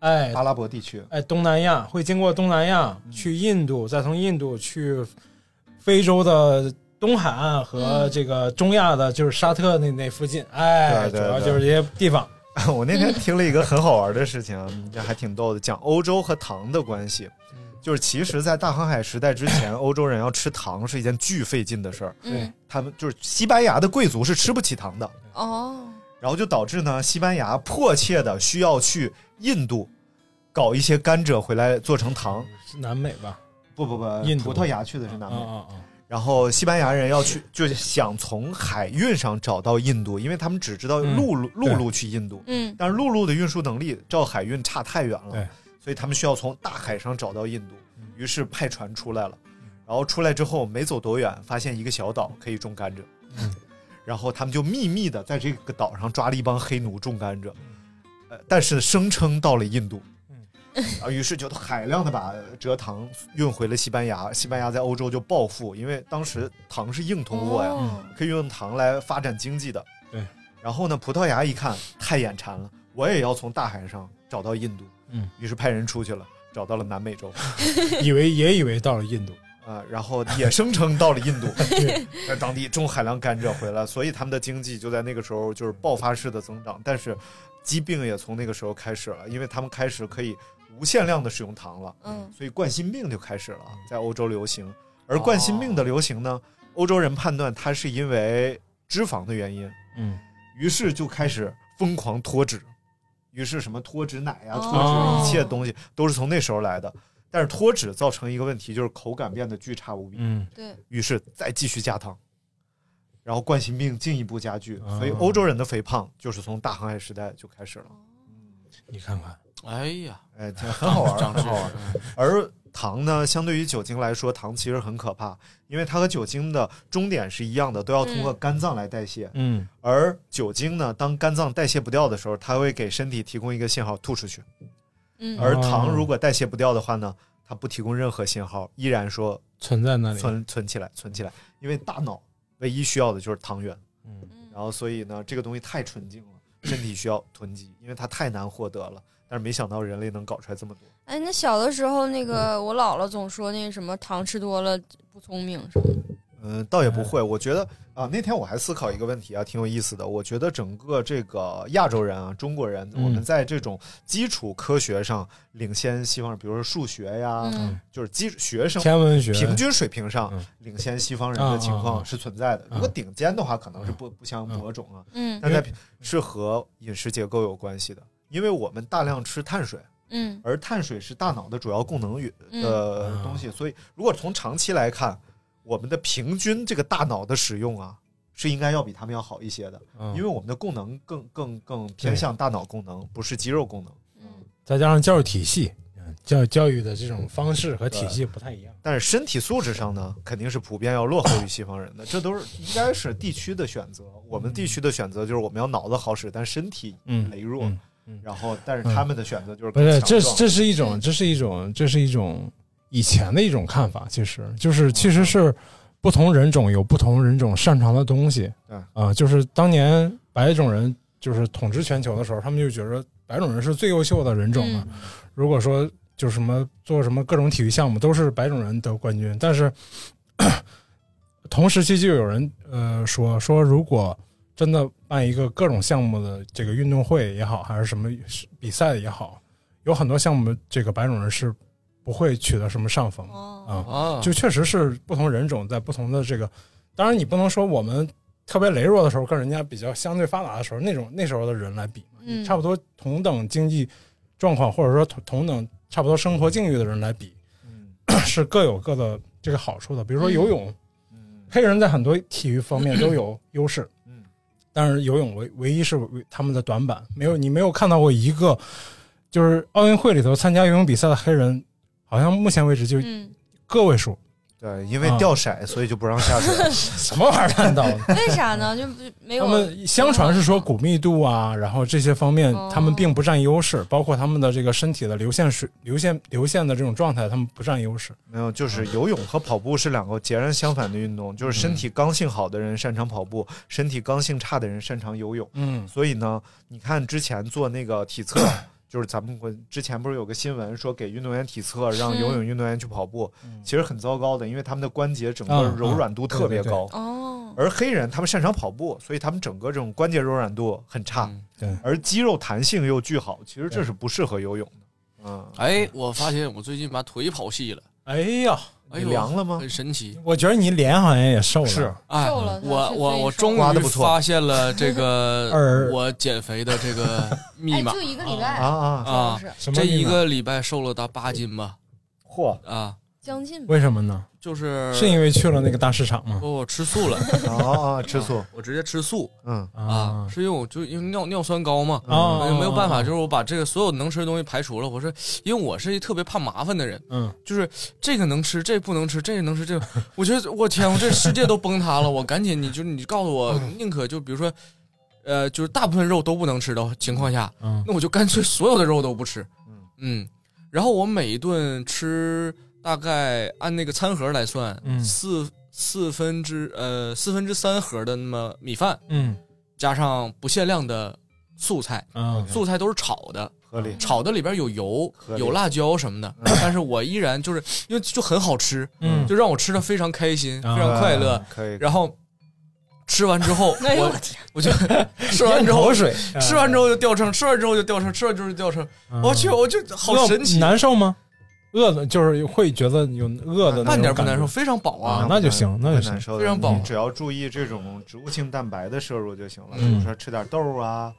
S5: 哎
S4: 阿拉伯地区，
S5: 哎，东南亚会经过东南亚，
S4: 嗯
S5: 去印度，再从印度去非洲的东海岸和
S7: 嗯
S5: 这个中亚的，就是沙特那那附近。哎，
S4: 对对
S5: 主要就是这些地方。
S4: 我那天听了一个很好玩的事情，嗯这还挺逗的，讲欧洲和糖的关系。
S5: 嗯
S4: 就是其实，在大航海时代之前，欧洲人要吃糖是一件巨费劲的事儿。
S7: 嗯，
S4: 他们就是西班牙的贵族是吃不起糖的，
S7: 哦，
S4: 然后就导致呢，西班牙迫切的需要去印度搞一些甘蔗回来做成糖。
S5: 是南美吧？
S4: 不不不，
S5: 印
S4: 葡
S5: 度
S4: 萄牙去的是南
S5: 啊
S4: 美。
S5: 啊啊！
S4: 然后西班牙人要去，就是想从海运上找到印度，因为他们只知道
S5: 嗯
S4: 陆路、陆路去印度，
S7: 嗯
S4: 但是陆路的运输能力照海运差太远
S5: 对
S4: 了，所以他们需要从大海上找到印度，于是派船出来了，然后出来之后没走多远，发现一个小岛可以种甘蔗，然后他们就秘密的在这个岛上抓了一帮黑奴种甘蔗，呃，但是声称到了印度。啊，于是就海量的把蔗糖运回了西班牙，西班牙在欧洲就暴富，因为当时糖是硬通货呀，
S7: 哦
S4: 可以用糖来发展经济的。
S5: 对。
S4: 然后呢，葡萄牙一看太眼馋了，我也要从大海上找到印度。
S5: 嗯。
S4: 于是派人出去了，找到了南美 洲，
S5: 以为也以为到了印度，
S4: 啊、然后也声称到了 印度，在当地种海量甘蔗回来，所以他们的经济就在那个时候就是爆发式的增长。但是疾病也从那个时候开始了，因为他们开始可以无限量的使用糖了。
S7: 嗯，
S4: 所以冠心病就开始了，在欧洲流行。而冠心病的流行呢，欧洲人判断它是因为脂肪的原因，
S5: 嗯，
S4: 于是就开始疯狂脱脂，于是什么脱脂奶呀、
S7: 哦
S4: 脱脂一切东西都是从那时候来的。但是脱脂造成一个问题，就是口感变得巨差无比，
S5: 嗯，
S7: 对，
S4: 于是再继续加糖，然后冠心病进一步加剧，
S5: 哦
S6: 啊
S4: 所以欧洲人的肥胖就是从大航海时代就开始了。
S5: 你看看，
S6: 哎呀，
S4: 哎，挺很好玩儿，
S6: 长知
S4: 很
S6: 识
S4: 好玩儿。而糖呢，相对于酒精来说，糖其实很可怕，因为它和酒精的终点是一样的，都要通过肝脏来代谢。
S5: 嗯，
S4: 而酒精呢，当肝脏代谢不掉的时候，它会给身体提供一个信号吐出去；
S7: 嗯，
S4: 而
S5: 哦
S4: 糖如果代谢不掉的话呢，它不提供任何信号，依然说
S5: 存在那里，
S4: 存存起来，存起来，因为大脑唯一需要的就是糖原。
S5: 嗯，
S4: 然后所以呢，这个东西太纯净了，身体需要囤积，因为它太难获得了。但是没想到人类能搞出来这么多。
S7: 哎，那小的时候那
S4: 嗯
S7: 个我姥姥总说那什么糖吃多了不聪明什么的，
S4: 嗯，倒也不会。我觉得啊，那天我还思考一个问题啊，挺有意思的。我觉得整个这个亚洲人啊，中国人，
S5: 嗯
S4: 我们在这种基础科学上领先西方人，比如说数学呀，
S7: 嗯
S4: 就是基学生
S5: 天文学
S4: 平均水平上
S5: 嗯
S4: 领先西方人的情
S5: 啊啊
S4: 况
S5: 啊
S4: 是存在的。如果顶尖的话，可能是不不相
S5: 嗯
S4: 伯仲啊，
S7: 嗯
S4: 但在是和饮食结构有关系的，因为我们大量吃碳水。
S7: 嗯
S4: 而碳水是大脑的主要供能与
S7: 嗯
S4: 的东西，所以如果从长期来看，我们的平均这个大脑的使用啊，是应该要比他们要好一些的，
S5: 嗯
S4: 因为我们的供能更更更偏向大脑功能，不是肌肉功能。
S7: 嗯
S5: 再加上教育体系，嗯教教育的这
S4: 嗯
S5: 种方式和体系不太一样，
S4: 但是身体素质上呢，
S5: 嗯
S4: 肯定是普遍要落后于西方人的，这都是应该是地区的选择。我们地区的选择就是我们要脑子好使，但身体
S5: 嗯
S4: 羸弱。
S5: 嗯
S4: 然后，但是他们的选择就是
S5: 不
S4: 更
S5: 是，
S4: 强
S5: 这
S4: 壮嗯
S5: 这是一种，这是一种，这是一种以前的一种看法，其实就是其
S4: 嗯
S5: 实是不同人种有不同人种擅长的东西，
S4: 对
S5: 啊、就是当年白种人就是统治全球的时候，他们就觉得白种人是最优秀的
S7: 嗯
S5: 人种了。如果说就是什么做什么各种体育项目都是白种人得冠军，但是 同时期就有人呃说说如果真的办一个各种项目的这个运动会也好，还是什么比赛也好，有很多项目这个白种人是不会取得什么上风的
S7: 哦
S5: 啊、
S6: 啊，
S5: 就确实是不同人种在不同的这个，当然你不能说我们特别羸弱的时候跟人家比较相对发达的时候那种那时候的人来比嘛，
S7: 嗯
S5: 差不多同等经济状况或者说同同等差不多生活境遇的人来比，
S4: 嗯
S5: 是各有各的这个好处的。比如说
S7: 嗯
S5: 游泳，
S4: 嗯
S5: 黑人在很多体育方面都 有优势，
S4: 嗯
S5: 但是游泳唯唯一是唯他们的短板，没有你没有看到过一个就是奥运会里头参加游泳比赛的黑人，好像目前为止就
S7: 嗯，
S5: 个位数，
S4: 对，因为
S5: 啊
S4: 掉色，所以就不让下水。
S5: 什么玩意儿看到的？
S7: 为啥呢？就不没有
S5: 他们相传是说骨密度啊，然后这些方面
S7: 哦
S5: 他们并不占优势，包括他们的这个身体的流线水流线流线的这种状态，他们不占优势。
S4: 没有，就是游泳和跑步是两个截然相反的运动。就是身体刚性好的人擅长跑步，身体刚性差的人擅长游泳。
S5: 嗯
S4: 所以呢，你看之前做那个体测，就是咱们国之前不是有个新闻说给运动员体测，让游泳运动员去跑步，其实很糟糕的，因为他们的关节整个
S5: 嗯
S4: 柔软度特别高。
S7: 哦，
S4: 而黑人他们擅长跑步，所以他们整个这种关节柔软度很差，
S6: 嗯
S5: 对
S4: 而肌肉弹性又巨好，其实这是不适合游泳的。嗯，
S6: 哎，我发现我最近把腿跑细了，
S5: 哎呀，
S6: 哎
S4: 你
S6: 呦，
S4: 凉了吗？
S6: 很神奇。
S5: 我觉得你脸好像也瘦了，
S4: 是
S6: 哎，
S7: 瘦了他
S6: 我我
S7: 是最
S6: 我
S7: 瘦
S6: 终
S4: 刮得
S6: 于
S4: 不错
S6: 发现了这个
S5: 二
S6: 我减肥的这 个密
S7: 哎，
S6: 码
S7: 就一个礼拜
S4: 啊，啊，
S6: 啊！
S7: 是
S5: 什么
S6: 这
S5: 密
S6: 一
S5: 码
S6: 个礼拜瘦了达八斤吧
S4: 嚯！
S6: 啊，
S7: 将近吧。
S5: 为什么呢？
S6: 就是
S5: 是因为去了那个大市场吗？
S6: 不我吃素了，
S4: 啊啊，吃素，
S6: 我直接吃素
S4: 嗯
S6: 啊，是因为我就因为尿尿酸高嘛。
S5: 啊
S6: 没有办法，就是我把这个所有能吃的东西排除了。我说，因为我是一特别怕麻烦的人，
S5: 嗯，
S6: 就是这个能吃，这个不能吃，这个能吃，这个我觉得我天，我这世界都崩塌了。我赶紧，你就你告诉我，宁可就比如说，呃，就是大部分肉都不能吃的情况下，
S5: 嗯
S6: 那我就干脆所有的肉都不吃
S4: 嗯。
S6: 嗯，然后我每一顿吃大概按那个餐盒来算，
S5: 嗯
S6: 四四分之呃四分之三盒的那么米饭，
S5: 嗯
S6: 加上不限量的素菜，
S5: 嗯
S6: 素菜都是炒的，
S4: 合理。
S6: 炒的里边有油、
S4: 合理
S6: 有辣椒什么的，但是我依然就是因为就很好吃，
S5: 嗯
S6: 就让我吃的非常开心，
S5: 啊
S6: 非常快乐
S4: 啊。，可以。
S6: 然后吃完之后，
S7: 哎呦
S6: 我
S7: 我天，
S6: 我就吃完之后
S5: 口，水，
S6: 吃完之后就掉秤，吃完之后就掉秤，吃完之后就掉秤。
S5: 嗯
S6: 我去，我就好神奇，
S5: 难受吗？饿的，就是会觉得有饿的那种感觉，
S6: 半点不难受，非常饱
S5: 啊
S6: 啊。
S5: 那就行那就
S4: 嗯
S5: 行
S4: 难受的
S6: 非常饱
S4: 你只要注意这种植物性蛋白的摄入就行了，
S5: 嗯
S4: 比如说吃点豆啊，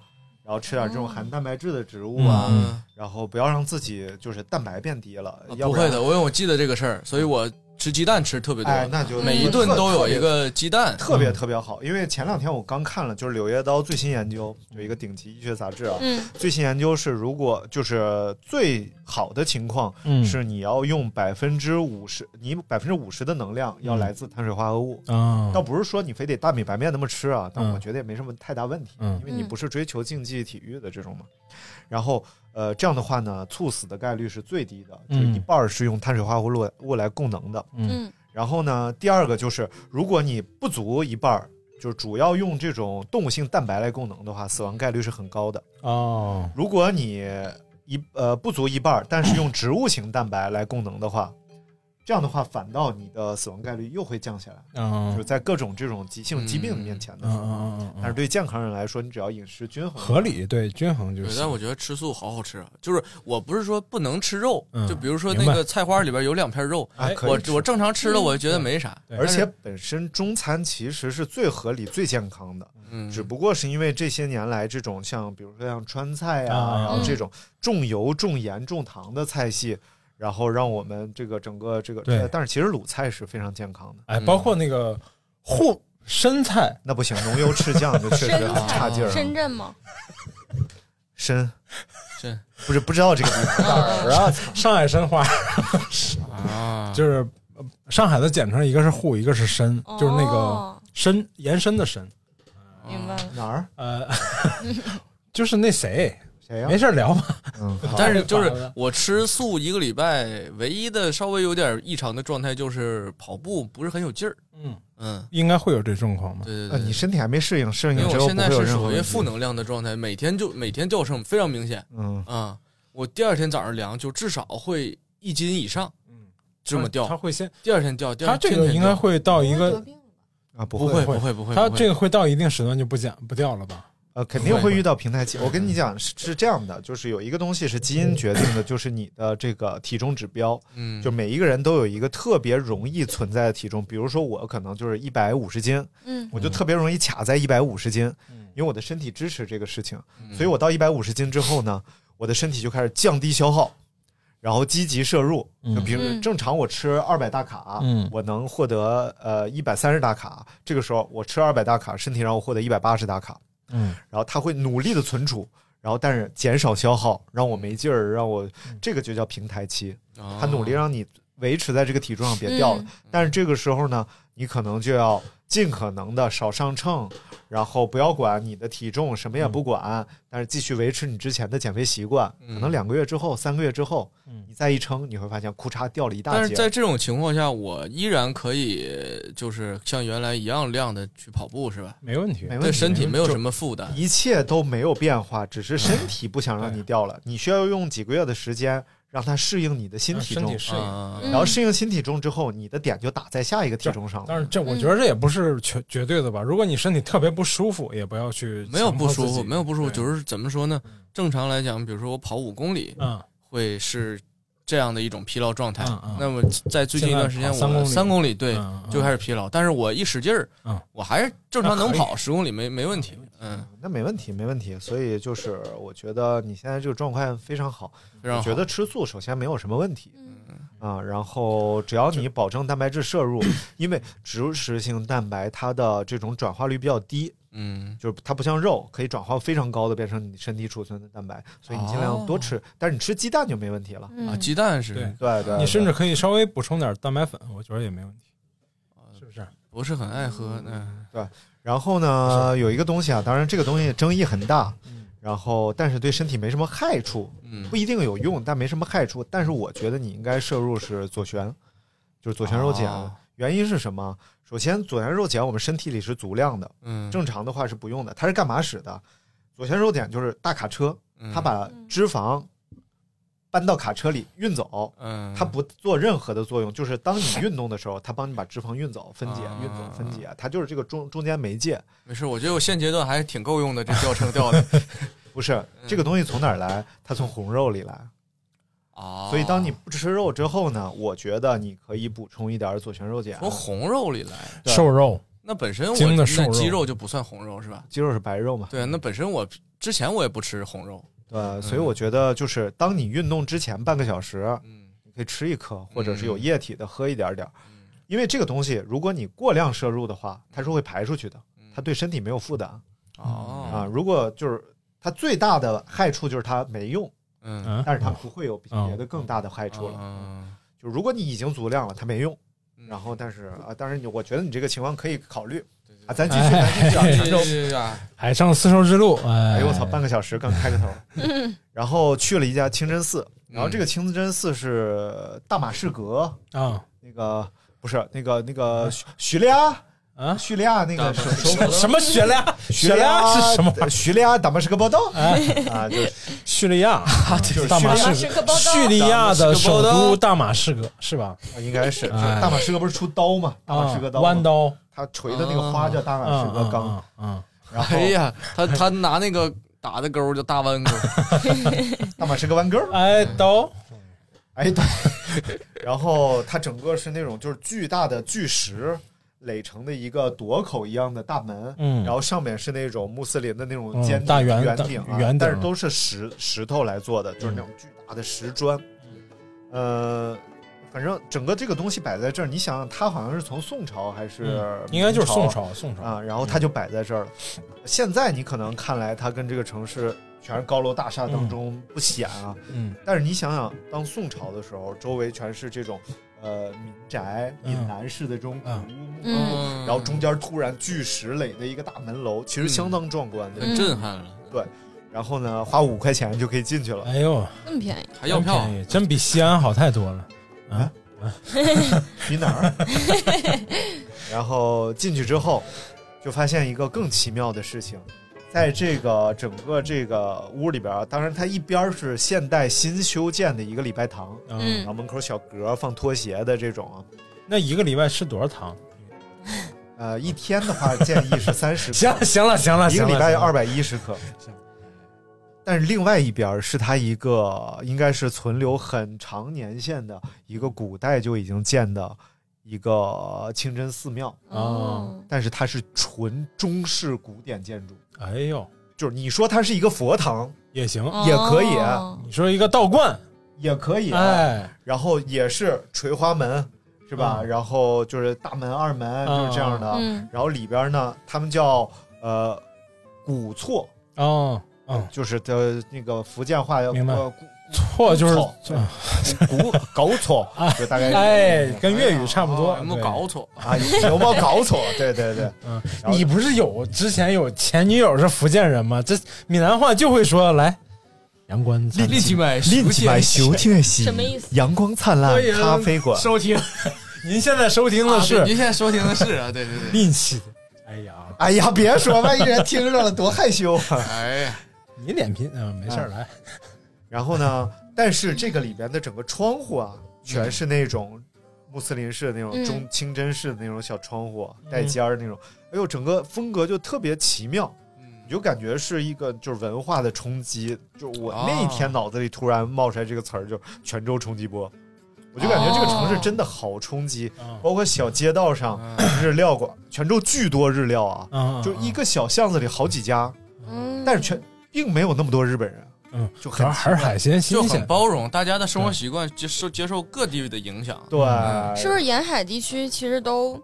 S4: 然后吃点这
S6: 嗯
S4: 种含蛋白质的植物啊，
S5: 嗯
S4: 然后不要让自己就是蛋白变低了，
S6: 啊
S4: 要
S6: 不
S4: 然
S6: 会的，我因为我记得这个事儿，所以我吃鸡蛋吃特别多，
S4: 哎，那就
S6: 每一顿都有一个鸡蛋。
S4: 特
S5: 嗯
S4: 别特别好。因为前两天我刚看了，就是《柳叶刀》最新研究，有一个顶级医学杂志啊，
S7: 嗯，
S4: 最新研究是，如果就是最好的情况
S5: 嗯
S4: 是你要用百分之五十，你百分之五十的能量要来自碳水化合物。
S5: 啊
S4: 倒不是说你非得大米白面那么吃啊，但
S5: 嗯
S4: 我觉得也没什么太大问题，
S5: 嗯
S4: 因为你不是追求竞技体育的这种嘛。然后，呃，这样的话呢，猝死的概率是最低的，就是
S5: 嗯
S4: 一半儿是用碳水化合物物来供能的。
S5: 嗯
S7: 嗯
S4: 然后呢，第二个就是，如果你不足一半儿，就是主要用这种动物性蛋白来供能的话，死亡概率是很高的。
S5: 哦
S4: 如果你一呃不足一半儿，但是用植物型蛋白来供能的话，这样的话反倒你的死亡概率又会降下来。
S5: 嗯
S4: 就是在各种这种急性疾病面前
S5: 嗯
S4: 的时候。
S5: 嗯嗯
S4: 但是对健康人来说，你只要饮食均衡，
S5: 合理对均衡就
S6: 对，
S5: 行
S6: 但。我觉得吃素好好吃啊，就是我不是说不能吃肉，
S5: 嗯
S6: 就比如说
S5: 明
S6: 那
S5: 白
S6: 个菜花里边有两片肉，
S4: 啊，
S5: 哎
S4: 可以
S6: 我
S4: 吃
S6: 我正常吃
S7: 嗯
S6: 了，我觉得没啥，
S5: 对
S4: 而且本身中餐其实是最合理、最健康的，
S6: 嗯，
S4: 只不过是因为这些年来这种像比如说像川菜呀、
S5: 啊
S4: 然后这种重油、重盐、重糖的菜系，然后让我们这个整个这个，
S5: 对
S4: 但是其实鲁菜是非常健康的。
S5: 哎，
S6: 嗯
S5: 包括那个护 生菜，
S4: 那不行，浓油赤酱就确实很差劲儿
S7: 深
S4: 了。
S7: 圳吗？
S4: 深
S6: 深
S4: 不是不知道这个地方，
S5: 上海申花
S6: 啊，
S5: 就是呃上海的简称，一个是护，一个是参，就是那个
S7: 哦
S5: 参延伸的参。
S7: 明白了。
S4: 哪儿
S5: 呃， 就是那谁，
S4: 哎谁呀、
S5: 没事儿聊吧。
S4: 嗯，好
S6: 但是就是我吃素一个礼拜，唯一的稍微有点异常的状态就是跑步不是很有劲儿，
S5: 嗯，
S6: 嗯，
S5: 应该会有这状况吧？
S6: 对
S4: 啊，
S6: 对
S4: 你
S6: 对。
S4: 身体还没适应，适
S6: 因为
S4: 应之
S6: 我
S4: 后
S6: 现
S4: 不
S6: 在
S4: 会有
S6: 是
S4: 任何
S6: 属于
S4: 问题
S6: 负能量的状态，每天就每天掉秤非常明显
S4: 嗯，
S6: 啊、我第二天早上量就至少会一斤以上，
S5: 嗯，
S6: 这么
S5: 他
S6: 掉，
S5: 会先，
S6: 第二天掉，第
S5: 他
S6: 二
S5: 这
S6: 天
S5: 个
S6: 天
S5: 应该
S6: 掉
S5: 会到一
S7: 不会
S5: 个
S7: 得，病吧
S4: 啊，不
S6: 不
S4: 会
S6: 会不会不会，
S5: 他
S6: 不会
S5: 这个会到一定时段就不减不掉了吧？
S4: 呃，肯定会遇到平台期。我跟你讲是是这样的，就是有一个东西是基因决定的，就是你的这个体重指标，
S6: 嗯
S4: 就每一个人都有一个特别容易存在的体重。比如说我可能就是一百五十斤，
S7: 嗯，
S4: 我就特别容易卡在一百五十斤，
S5: 嗯
S4: 因为我的身体支持这个事情。
S6: 嗯
S4: 所以我到一百五十斤之后呢，我的身体就开始降低消耗，然后积极摄入。
S5: 嗯
S4: 就比如
S7: 嗯
S4: 正常我吃二百大卡，
S5: 嗯
S4: 我能获得呃一百三十大卡。这个时候我吃二百大卡，身体让我获得一百八十大卡，
S5: 嗯，
S4: 然后它会努力的存储。然后，但是减少消耗，让我没劲儿，让我这个就叫平台期。
S6: 哦
S4: 它努力让你维持在这个体重上别掉了，
S7: 嗯
S4: 但是这个时候呢，你可能就要尽可能的少上秤，然后不要管你的体重，什么也不管，但是继续维持你之前的减肥习惯。
S6: 嗯
S4: 可能两个月之后、三个月之后，
S5: 嗯
S4: 你再一称，你会发现裤衩掉了一大
S6: 但是
S4: 截。
S6: 在这种情况下，我依然可以就是像原来一样量的去跑步，是吧？
S5: 没问题。
S4: 没问
S6: 对
S4: 题，
S6: 身体没有
S4: 就
S6: 什。么负担。
S4: 一切都没有变化，只是身体不想让你掉了。你需要用几个月的时间，让它适应你的新体
S5: 身
S4: 重
S5: 体，适应。
S6: 啊，
S7: 嗯
S4: 然后适应新体重之后，你的点就打在下一个体重上了。
S5: 但是这我觉得这也不是绝绝对的吧。如果你身体特别不舒服，也不要去
S6: 没有
S5: 强
S6: 不
S5: 迫自
S6: 舒服，
S5: 己
S6: 没有不舒服，
S5: 对
S6: 就是怎么说呢？正常来讲，比如说我跑五公里
S5: 嗯
S6: 会是这样的一种疲劳状态
S5: 嗯嗯。
S6: 那么在最近一段时间，
S5: 现在跑
S6: 我
S5: 三
S6: 三
S5: 公
S6: 公里对
S5: 嗯嗯
S6: 就开始疲劳，但是我一使劲儿
S5: 嗯，
S6: 我还是正常能
S5: 那可
S6: 跑十公里，没没问题。嗯，
S4: 那没问题，没问题。所以就是我觉得你现在这个状况非常好，
S6: 非常
S4: 我
S6: 好
S4: 觉得吃素首先没有什么问题
S7: 嗯
S4: 啊，然后只要你保证蛋白质摄入，因为植食性蛋白它的这种转化率比较低，
S6: 嗯
S4: 就是它不像肉可以转化非常高的变成你身体储存的蛋白，所以你尽量多
S6: 哦
S4: 吃，但是你吃鸡蛋就没问题了。
S6: 啊，
S7: 嗯，
S6: 鸡蛋是
S5: 对
S4: 对对，
S5: 你甚
S4: 对
S5: 至可以稍微补充点蛋白粉，我觉得也没问题，是不是？
S6: 不是很爱喝，嗯，
S4: 然后呢，有一个东西啊，当然这个东西争议很大，
S5: 嗯
S4: 然后但是对身体没什么害处，
S6: 嗯
S4: 不一定有用，但没什么害处。但是我觉得你应该摄入是左旋，就是左旋肉碱。
S6: 哦
S4: 原因是什么？首先，左旋肉碱我们身体里是足量的，
S6: 嗯，
S4: 正常的话是不用的。它是干嘛使的？左旋肉碱就是大卡车，
S6: 嗯
S4: 它把脂肪搬到卡车里运走，
S6: 嗯，
S4: 它不做任何的作用，就是当你运动的时候，它帮你把脂肪运走、分解、
S6: 啊
S4: 运走、分解，它就是这个中中间媒介。
S6: 没事，我觉得我现阶段还挺够用的，这教程掉 的
S4: 不是
S6: 嗯
S4: 这个东西从哪儿来？它从红肉里来。
S6: 啊。
S4: 所以当你不吃肉之后呢，我觉得你可以补充一点左旋肉碱。
S6: 从红肉里来，
S4: 对
S5: 瘦肉，
S6: 那本身我
S5: 精的
S6: 那
S5: 瘦肉
S6: 鸡肉就不算红肉是吧？
S4: 鸡肉是白肉嘛？
S6: 对，那本身我之前我也不吃红肉，
S4: 呃，所以我觉得就是当你运动之前半个小时，
S6: 嗯
S4: 你可以吃一颗，或者是有
S6: 嗯
S4: 液体的喝一点点儿，因为这个东西如果你过量摄入的话，它是会排出去的，它对身体没有负担啊。
S6: 嗯哦，
S4: 如果就是它最大的害处就是它没用，
S6: 嗯，
S5: 嗯，
S4: 但是它不会有比
S5: 嗯
S4: 别的更大的害处了。
S6: 嗯
S4: 就如果你已经足量了，它没用。
S6: 嗯
S4: 然后，但是啊，当然你，我觉得你这个情况可以考虑
S6: 对对哎
S4: 啊。咱继 续，咱 继续讲。
S6: 对对对啊
S5: 海上丝绸之路，哎，
S4: 哎呦我操，半个小时刚开个 头，然后去了一家清真寺，
S5: 嗯
S4: 然后这个清真寺是大马士革
S5: 啊
S4: 那个不是那个那个叙叙利亚
S5: 啊
S4: 叙利亚那个
S6: 大马
S4: 首首
S5: 什么血量？
S4: 叙利亚
S5: 是什么玩意儿？
S4: 叙利亚大马士革报 道
S5: 哎，
S4: 啊，就是
S5: 叙利 亚，大马士
S7: 大马士革
S5: 革，
S7: 报道
S5: 叙利亚的首都大马士革是吧？
S4: 啊应该是就是
S5: 哎
S4: 大马士革不是出刀嘛，大马士革刀
S5: 啊，弯
S4: 嘛，
S5: 刀，
S4: 他锤的那个花叫大马士革钢，
S5: 嗯，
S4: 然后
S6: 哎呀，他他拿那个打的钩叫大 弯钩，
S4: 大马士革弯钩，
S5: 嗯哎，刀，
S4: 哎对，然后它整个是那种就是巨大的巨石垒成的一个垛口一样的大门，
S5: 嗯
S4: 然后上面是那种穆斯林的那种
S5: 嗯
S4: 尖顶
S5: 大圆
S4: 圆
S5: 大
S4: 顶啊，
S5: 圆顶嗯
S4: 但是都是石石头来做的，就是那种巨大的石砖。呃，反正整个这个东西摆在这儿，你想想，它好像是从宋朝还是、
S5: 嗯应该就是宋朝，宋朝，
S4: 啊，然后它就摆在这儿了。现在你可能看来它跟这个城市全是高楼大厦当中不显啊，
S5: 嗯
S4: 但是你想想，当宋朝的时候，周围全是这种呃民宅、
S5: 嗯
S4: 闽南式的这种古屋木屋，
S7: 嗯
S6: 嗯，
S4: 然后中间突然巨石垒的一个大门楼，其实相当壮观的。
S6: 很震撼了，
S4: 然后呢，花五块钱就可以进去了。
S5: 哎呦，
S7: 这么便宜，
S6: 还要票
S5: 真，便宜真比西安好太多了。
S4: 比哪儿？ 然后进去之后，就发现一个更奇妙的事情，在这个整个这个屋里边儿，当然它一边儿是现代新修建的一个礼拜堂，
S5: 嗯
S4: 然，后门口小格儿放拖鞋的这种啊，
S5: 那一个礼拜吃多少糖？
S4: 呃，一天的话建议 是三十克，
S5: 行了，行了，行了，
S4: 一个
S5: 行了
S4: 礼拜二
S5: 百，
S4: 百一十克
S5: 行。
S4: 但是另外一边儿是它一个应该是存留很长年限的一个古代就已经建的一个清真寺庙，
S5: 哦，
S4: 但是它是纯中式古典建筑，
S5: 哎呦，
S4: 就是你说它是一个佛堂
S5: 也行。
S4: 也可以啊
S7: 哦
S5: 你说一个道观，
S4: 也可以，啊
S5: 哎，
S4: 然后也是垂花门是吧？
S5: 嗯
S4: 然后就是大门、二门就是这样的，
S7: 嗯
S4: 然后里边儿呢他们叫呃古厝，
S5: 哦，嗯，
S4: 就是的那个福建话要
S5: 明白
S4: 呃
S5: 错就是
S4: 草，古搞错，就大概
S5: 哎，跟粤语差不多。
S6: 哦有没有
S5: 对
S6: 搞错？
S4: 啊，有没有搞错？对对对，
S5: 嗯
S4: 然后
S5: 你不是有之前有前女友是福建人吗？这闽南话就会说来，阳关餐
S6: 立起买，
S4: 另起买修天西，
S7: 什么意思
S4: 阳光灿烂咖啡馆，
S6: 收听
S5: 您现在收听的
S6: 啊对
S5: 是
S6: 您现在收听的是啊，对对对，
S5: 吝气的。哎呀，
S4: 哎呀，别说，万一人听着了多害羞啊！
S6: 哎呀，啊
S5: 你脸皮嗯，没事儿来。
S4: 然后呢，但是这个里边的整个窗户啊，全是那种穆斯林式的那种
S7: 嗯
S4: 中清真式的那种小窗户，带尖儿那种。哎呦，整个风格就特别奇妙，
S6: 嗯
S4: 你就感觉是一个就是文化的冲击。就我
S5: 啊
S6: 哦
S4: 那一天脑子里突然冒出来这个词儿，就是泉州冲击波。我就感觉这个城市真的好冲击，
S5: 啊
S6: 哦
S4: 包括小街道上
S6: 嗯
S4: 日料馆，泉州巨多日料啊，
S5: 啊，
S4: 就一个小巷子里好几家，
S7: 嗯，
S4: 但是全并没有那么多日本人，
S5: 嗯，
S4: 就
S5: 主
S4: 很
S5: 要还是
S4: 奇怪
S5: 海鲜
S6: 就
S5: 新
S6: 很
S5: 鲜，
S6: 包容，大家的生活习惯接受接受各地的影响。嗯
S5: 嗯
S4: 对，
S7: 是不是沿海地区其实都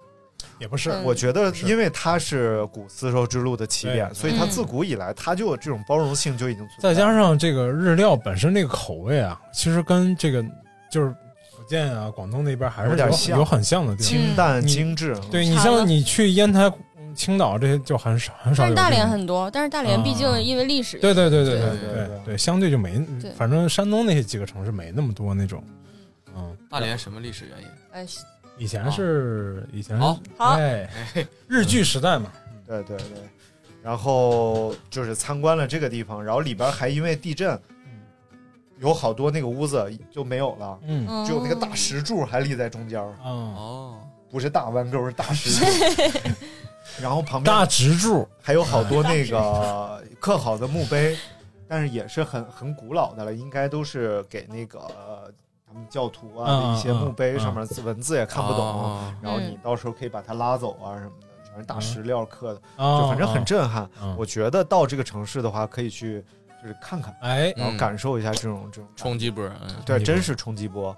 S5: 也不是
S7: 嗯
S4: 我觉得，因为它是古丝绸之路的起点，
S5: 对
S4: 所以它
S7: 嗯
S4: 自古以来它就有这种包容性就已经存在。
S5: 再加上这个日料本身那个口味啊，其实跟这个就是福建啊、广东那边还是
S4: 有点
S5: 有
S4: 像
S5: 有很像的地方。
S4: 清淡
S5: 嗯
S4: 精致，
S5: 对你
S7: 差了
S5: 像你去烟台、嗯青岛这些就很少很少有
S7: 但
S5: 这种。
S7: 是大连很多，但是大连毕
S5: 啊
S7: 竟因为历史，
S5: 对对对对
S7: 对
S4: 对
S5: 对
S4: 对
S5: 对，相对就没
S7: 对，
S5: 反正山东那几个城市没那么多那种。嗯，
S6: 大连什么历史原因？
S7: 哎，
S5: 以前是以前
S6: 好
S5: 是哎，日剧时代嘛，
S4: 对对对。然后就是参观了这个地方，然后里边还因为地震，嗯有好多那个屋子就没有了，
S5: 嗯
S7: 嗯
S4: 只有那个大石柱还立在中间儿，
S5: 啊，
S6: 哦，
S4: 不是大弯钩，是大石柱。然后旁边
S5: 大直柱
S4: 还有好多那 个刻好的墓碑，但是也是很很古老的了，应该都是给那个呃他们教徒啊
S5: 嗯
S4: 的一些墓碑上面字文字也看不懂，啊
S6: 哦
S4: 然后你到时候可以把它拉走啊什么的，全是
S5: 嗯
S4: 大石料刻的，
S5: 啊，
S4: 就反正很震撼
S5: 嗯。
S4: 我觉得到这个城市的话，可以去就是看看，
S5: 哎，
S4: 然后感受一下这种这种
S6: 冲击波，嗯
S4: 对，
S5: 冲击波
S4: 真是冲击波。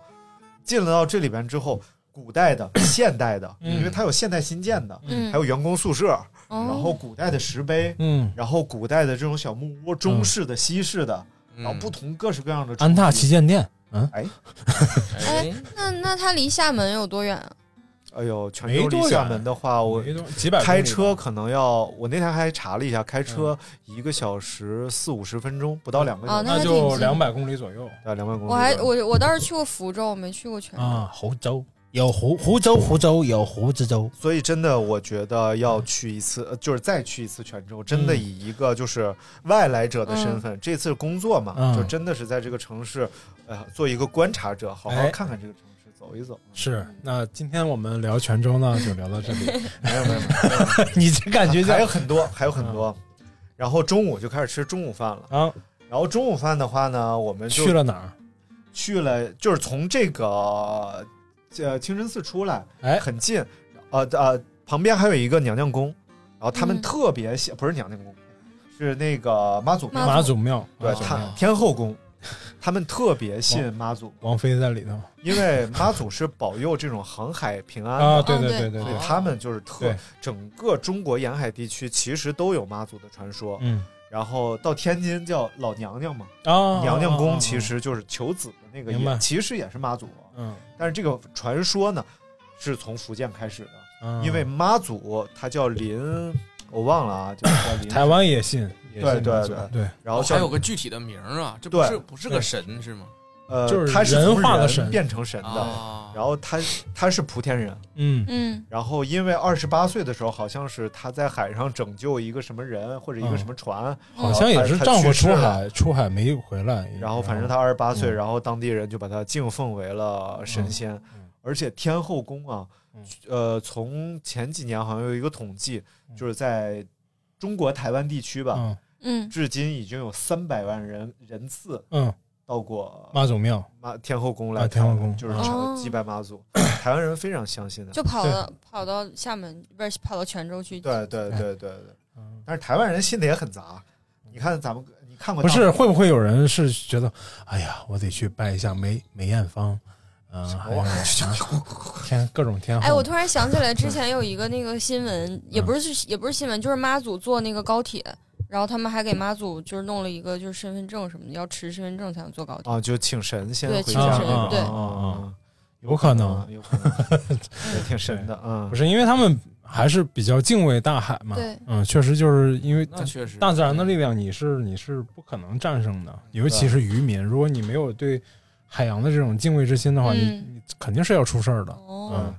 S4: 进了到这里边之后，古代的、现代的，
S5: 嗯
S4: 因为它有现代新建的，
S7: 嗯，哦
S4: 还有员工宿舍，
S7: 然
S4: 然后古代的石碑，
S5: 嗯，
S4: 然后古代的这种小木屋，中式的、西式的，
S6: 嗯
S4: 然后不同各式各样的
S5: 安踏旗
S4: 舰，
S5: 舰店，
S7: 哎，那那它离厦门有多远啊？
S4: 哎呦，泉
S5: 没
S4: 州
S5: 多
S4: 离厦
S5: 远
S4: 门的话，啊我
S5: 没多嗯几百公里吧
S4: 开车可能要，我那天还查了一下，开车一个小时四五十分钟，不到两个
S7: 哦
S4: 小时，
S7: 那
S5: 那
S7: 还
S5: 就
S7: 挺近
S5: 两百公里左右
S4: 对，两万公里。
S7: 我还我我倒是去过福州，没去过泉州。
S9: 啊，湖州有湖，湖州湖州有湖之州，
S4: 所以真的，我觉得要去一次，呃就是再去一次泉州，真的
S5: 嗯
S4: 以一个就是外来者的身份，这次工作嘛，
S5: 嗯
S4: 就真的是在这个城市，呃，做一个观察者，好好
S5: 哎
S4: 看看这个城市，走一 走。
S5: 是，那今天我们聊泉州 呢，就聊到这里。
S4: 没有没有。没有
S5: 你这感觉嗯
S4: 还
S5: 在
S4: 有很多，还有很多。然后中午就开始吃中午饭了。
S5: 啊？
S4: 然后中午饭的话呢，我们就
S5: 去了哪儿？
S4: 去了，就是从这个呃清真寺出来，
S5: 哎
S4: 很近，呃呃，旁边还有一个娘娘宫，然后他们
S7: 嗯
S4: 特别喜，不是娘娘宫，是那个妈祖庙，
S7: 妈
S5: 妈祖
S7: 祖
S5: 哦庙，
S4: 对，
S5: 啊
S4: 他天后宫，他们特别信妈祖，
S5: 王菲在里头
S4: 因为妈祖是保佑这种航海平安
S5: 啊，
S4: 的。
S5: 对
S7: 嗯
S5: 对
S7: 对
S5: 对对
S4: 所
S5: 对
S4: 以，他们就是特
S5: 对
S4: 整个中国沿海地区其实都有妈祖的传说，
S5: 嗯
S4: 然后到天津叫老娘娘嘛，
S5: 啊，
S4: 娘娘宫其
S5: 啊
S4: 实就是求子的那个
S5: 明白
S4: 也，其实也是妈祖，
S5: 啊
S4: 但是这个传说呢，是从福建开始的，
S5: 嗯，
S4: 因为
S5: 嗯
S4: 妈祖她叫林，我忘了啊，就是叫林，
S5: 台湾也信，也
S4: 对
S5: 信
S4: 对
S5: 妈祖
S4: 对
S5: 对，嗯
S4: 然后
S6: 哦还
S4: 叫
S6: 有个具体的名儿啊，这不
S4: 对
S6: 是不是个神是吗？
S4: 呃，
S5: 就是
S4: 她是
S5: 人
S4: 从
S5: 化的
S4: 人
S5: 神
S4: 变成神的，
S6: 啊，
S4: 然后她她是莆田人，
S5: 嗯
S7: 嗯，
S4: 然后因为二十八岁的时候，好像是她在海上拯救一个什么人或者一个
S5: 嗯
S4: 什么船，
S5: 好像也是
S4: 她
S5: 丈夫
S4: 去世
S5: 出
S4: 了
S5: 海，出海没回来，
S4: 然后反正她二十八岁，
S5: 嗯
S4: 然后当地人就把她敬奉为了神仙，
S5: 嗯
S4: 而且天后宫啊
S5: 嗯，
S4: 呃，从前几年好像有一个统计，
S5: 嗯
S4: 就是在中国台湾地区吧，
S5: 嗯
S7: 嗯，
S4: 至今已经有三百万人人次
S5: 嗯，
S4: 到过
S5: 妈祖庙，
S4: 妈天后宫来
S5: 啊
S4: 看、
S5: 天后宫
S4: 就是
S5: 啊
S4: 朝祭拜妈祖，台湾人非常相信的。
S7: 哦就跑到跑到厦门，不是跑到泉州去。
S4: 对对对对对，
S5: 哎嗯
S4: 但是台湾人信的也很杂。你看咱们，你看过
S5: 不
S4: 大
S5: 是会不会有人是觉得，哎呀，我得去拜一下梅梅艳芳，嗯，还有啊天各种天后，
S7: 哎，我突然想起来之前有一个那个新闻，也不是也不是新闻，就是妈祖坐那个高铁，然后他们还给妈祖就是弄了一个就是身份证什么的，要持身份证才能坐高铁。
S4: 啊，就请神先
S7: 对
S4: 回
S7: 请
S4: 家
S5: 神
S4: 那
S7: 对
S4: 个，啊，
S5: 有可
S4: 啊
S5: 能
S4: 有可能， 也挺神的啊
S5: 不。是因为他们还是比较敬畏大海嘛，
S7: 对
S5: 嗯，确实就是因为
S6: 那确实
S5: 大自然的力量，你是你是不可能战胜的，尤其是渔民，如果你没有对海洋的这种敬畏之心的话，
S7: 嗯
S5: 你你肯定是要出事儿的。
S7: 哦
S5: 嗯，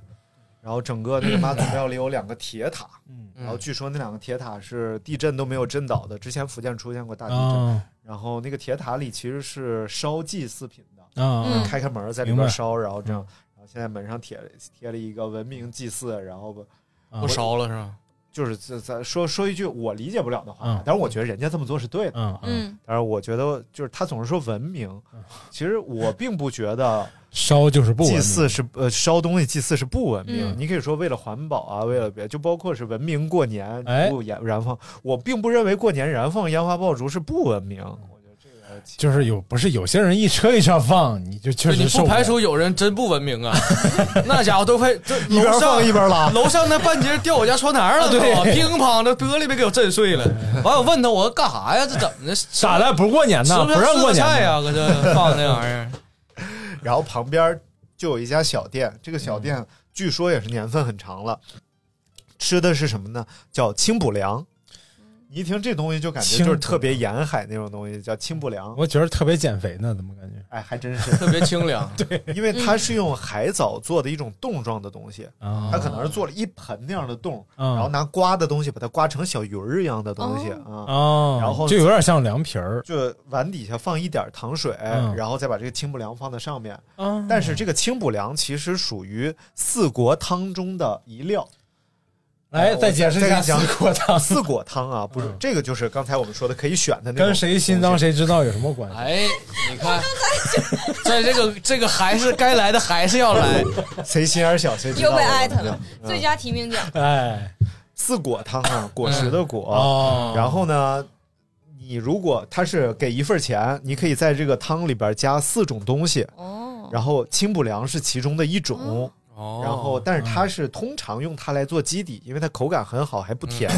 S4: 然后整个那个妈祖庙里有两个铁塔，
S5: 嗯
S6: 嗯
S4: 然后据说那两个铁塔是地震都没有震倒的，之前福建出现过大地震，
S5: 啊，
S4: 然后那个铁塔里其实是烧祭祀品的，
S5: 啊，
S7: 嗯
S4: 开开门儿在里
S5: 明
S4: 边
S5: 白嗯
S4: 烧，然后这样，然后现在门上贴贴了一个文明祭祀，然后不
S5: 啊
S6: 不烧了是吧？
S4: 就是咱咱说说一句我理解不了的话，
S5: 嗯
S4: 但是我觉得人家这么做是对的。
S5: 嗯嗯，
S7: 嗯，
S4: 但是我觉得就是他总是说文明
S5: 嗯，
S4: 其实我并不觉得
S5: 烧就是 不文
S4: 祭
S5: 明
S4: 祀是呃烧东西祭祀是不文明。
S7: 嗯
S4: 你可以说为了环保啊，为了别就包括是文明过年
S5: 嗯哎
S4: 不燃燃放，我并不认为过年燃放烟花爆竹是不文明。我觉得这个其
S5: 就是有不是有些人一车一车放，你就确
S6: 对，
S5: 实
S6: 你
S5: 受
S6: 不
S5: 了
S6: 排除有人真不文明啊，那家伙都快这
S4: 一边
S6: 楼上
S4: 放一边拉，
S6: 楼上那半截掉我家窗台儿了，
S5: 啊对
S6: 都乒乓的玻璃被给我震碎了。完，我问他我说干啥呀？这怎么的？
S5: 咋的？不过年
S6: 吃
S5: 呢？
S6: 不
S5: 不
S6: 上
S5: 让
S6: 四
S5: 过
S6: 个
S5: 年
S6: 菜
S5: 呢
S6: 呀？搁这放那玩意儿，
S4: 然后旁边就有一家小店，这个小店据说也是年份很长了，吃的是什么呢？叫清补凉。你一听这东西就感觉就是特别沿海那种东西，叫清补凉。
S5: 我觉得特别减肥呢，怎么感觉？
S4: 哎，还真是，嗯
S6: 特别清凉。
S4: 因为它是用海藻做的一种冻状的东西，
S5: 啊
S4: 它可能是做了一盆那样的冻，
S5: 嗯
S4: 然后拿刮的东西把它刮成小鱼儿一样的东西啊。
S5: 啊，
S4: 然后
S5: 就有点像凉皮儿
S4: 就碗底下放一点儿糖水，
S5: 嗯
S4: 然后再把这个清补凉放在上面，
S5: 啊
S4: 但是这个清补凉其实属于四国汤中的一料。
S5: 来
S4: 我
S5: 再解释一
S4: 再给
S5: 下
S4: 你讲
S5: 四果 汤
S4: 四果汤啊，不是、这个就是刚才我们说的可以选的那种
S5: 嗯跟谁心
S4: 东
S5: 脏
S4: 西
S5: 谁知道有什么关系？
S6: 哎，你看，在这个这个还是该来的还是要来。
S4: 谁心眼儿小谁知道
S7: 又被
S4: 啊
S7: 艾特了。
S4: 嗯
S7: 最佳提名奖，
S5: 哎
S4: 四果汤啊，果实的果。
S5: 嗯哦，
S4: 然后呢，你如果它是给一份钱，你可以在这个汤里边加四种东西，
S7: 哦，
S4: 然后清补凉是其中的一种
S7: 哦，
S6: 哦
S4: 然后
S5: 嗯
S4: 但是它是通常用它来做基底，因为它口感很好，还不甜。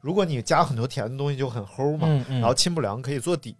S4: 如果你加很多甜的东西就很齁嘛，
S5: 嗯嗯嗯
S4: 然后清补凉可以做底，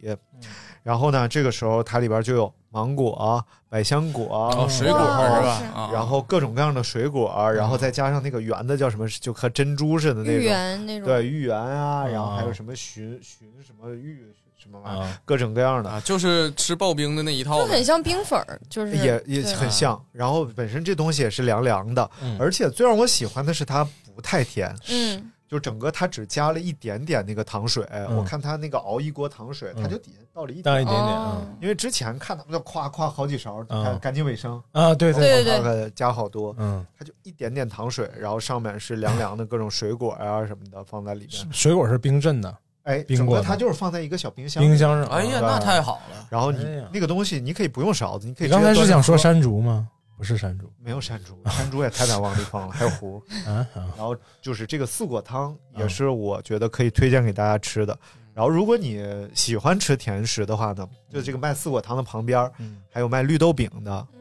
S4: 然后呢，这个时候它里边就有芒果、百香果、
S6: 哦，水果
S7: 哇
S6: 是吧？
S7: 是
S6: 啊
S4: 然后各种各样的水果，然后再加上那个圆的叫什么，就和珍珠似的
S7: 芋
S4: 那种，
S7: 圆那种，
S4: 对，芋圆啊，然后还有
S5: 哦
S4: 什么鲟鲟什么芋什么玩意儿，
S5: 啊，
S4: 各种各样的，
S6: 啊，就是吃刨冰的那一套
S7: 就
S6: 呗
S7: 很。像冰粉儿，就是
S4: 也也
S7: 对
S4: 很像。然后本身这东西也是凉凉的，
S5: 嗯
S4: 而且最让我喜欢的是它不太甜，
S7: 嗯，
S4: 就整个它只加了一点点那个糖水。我看它那个熬一锅糖水，它
S5: 嗯
S4: 就底下倒了一
S5: 当
S4: 点。
S5: 一点点
S7: 哦
S5: 嗯，
S4: 因为之前看他们就夸夸好几勺，看
S5: 嗯
S4: 干净卫生，
S5: 啊，对对，
S7: 对对对，
S4: 对，加好多。
S5: 嗯，
S4: 它就一点点糖水，然后上面是凉凉的各种水果啊什么的放在里面。
S5: 水果是冰镇的，
S4: 哎，
S5: 冰
S4: 整
S5: 棍
S4: 个
S5: 儿
S4: 它就是放在一个小冰箱里。
S5: 冰箱上。啊
S6: 哎呀，
S4: 对
S6: 那太好了。
S4: 然后你、
S5: 哎呀
S4: 那个东西，你可以不用勺子，你可以
S5: 你
S4: 直接
S5: 刚才
S4: 端
S5: 是
S4: 上
S5: 想说
S4: 桌
S5: 山竹吗？不是山竹
S4: 没有山竹，山竹也太难往里放了，还有 核。
S5: 啊啊，
S4: 然后就是这个四果汤也是我觉得可以推荐给大家吃的。
S5: 嗯
S4: 然后如果你喜欢吃甜食的话呢，就这个卖四果汤的旁边儿
S5: 嗯
S4: 还有卖绿豆饼的，
S7: 嗯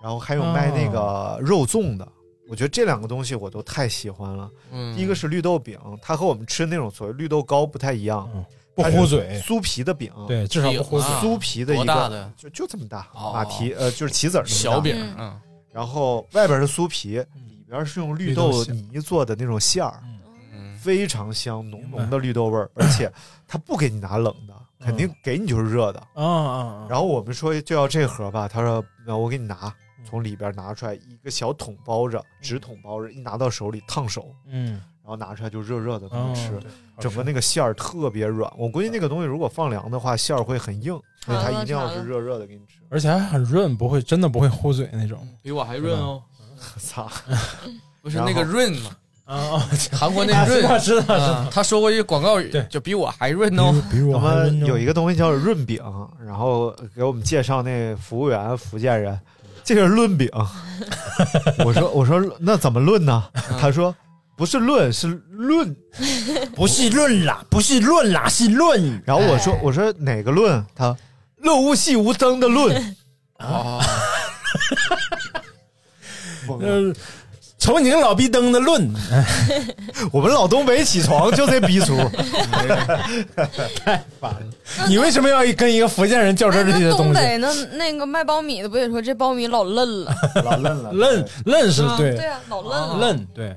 S4: 然后还有卖那
S5: 哦
S4: 个肉粽的。我觉得这两个东西我都太喜欢了。
S6: 嗯，
S4: 第一个是绿豆饼，它和我们吃那种所谓绿豆糕不太一样，
S5: 嗯不糊嘴，
S4: 酥皮的饼，，
S5: 对，至少不糊嘴
S6: 啊
S4: 酥皮的一
S6: 多
S4: 个，
S6: 大的
S4: 就就这么大，
S6: 哦
S4: 马蹄呃就是棋子儿这么大
S6: 小饼，嗯，
S4: 然后外边是酥皮，里边是用绿豆泥做的那种馅儿，
S6: 嗯
S4: 非常香，浓浓的绿豆味儿，而且它不给你拿冷的，
S5: 嗯
S4: 肯定给你就是热的。
S5: 啊啊啊，
S4: 然后我们说就要这盒吧，他说那我给你拿，从里边拿出来一个小桶包着，纸筒包着，一拿到手里烫手，
S5: 嗯，
S4: 然后拿出来就热热的那么
S5: 哦
S4: 嗯吃，，
S5: 对
S4: 整个那个馅儿特别软。我估计那个东西如果放凉的话，馅儿会很硬，所以它一定要是热热的给你吃。
S5: 而且还很润，不会真的不会糊嘴那种。
S6: 比我还润哦，
S4: 操，
S6: 不是那个润嘛，
S5: 啊啊，
S6: 韩国那个 润，
S5: 知道
S6: 啊他说过一个广告语
S5: 对，
S6: 就比我还润哦。
S5: 比我
S4: 我们有一
S5: 个
S4: 个东西叫润饼，然后给我们介绍那服务员福建人，这个是论 饼。我说我说那怎么论呢？他说不是论是 论。
S9: 不是论啦，不是论啦，是论。
S4: 然后我说我说哪个论？他论物细无争的 论。哦
S6: 啊，
S4: 我们
S5: 呃，瞅你那老逼灯的论，
S7: 嗯
S4: 我们老东北起床就这逼出，
S5: 你为什么要跟一个福建人较真
S7: 哎
S5: 儿这些
S7: 那
S5: 东西？
S7: 东北那那个卖苞米的不也说这苞米老嫩了？
S4: 老愣了
S5: 愣愣是
S7: 啊
S5: 对，
S7: 啊，老嫩了。
S5: 愣对，啊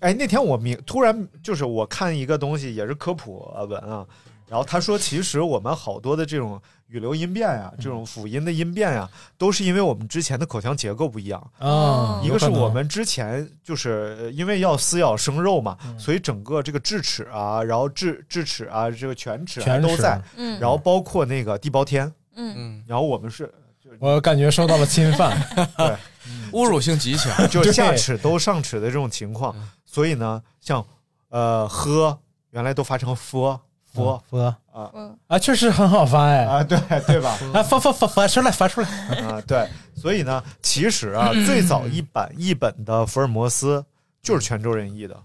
S4: 哎，那天我明突然就是呃我看一个东西，也是科普啊文啊，然后他说，其实我们好多的这种语流音变呀、这种
S5: 嗯
S4: 辅音的音变呀、都是因为我们之前的口腔结构不一样。
S7: 嗯
S5: 啊，
S4: 一个是
S5: 有可能
S4: 我们之前就是呃因为要撕咬生肉嘛，
S5: 嗯
S4: 所以整个这个智齿啊，然后智智齿啊，这个犬齿啊
S5: 全
S4: 都在，
S7: 嗯，
S4: 然后包括那个地包天，
S7: 嗯
S6: 嗯，
S4: 然后我们 是
S5: 我感觉受到了侵犯，
S6: 侮辱性极强。
S4: 就是
S5: 对嗯
S4: 下齿都上齿的这种情况，所以呢，像呃喝原来都发成佛 佛
S5: 佛
S7: 嗯
S5: 啊，确实很好发哎，
S4: 啊，对 对吧？
S5: 啊发发发发出来发出来，
S4: 啊，对，所以呢，其实啊，最早一版译本的福尔摩斯就是泉州人译的，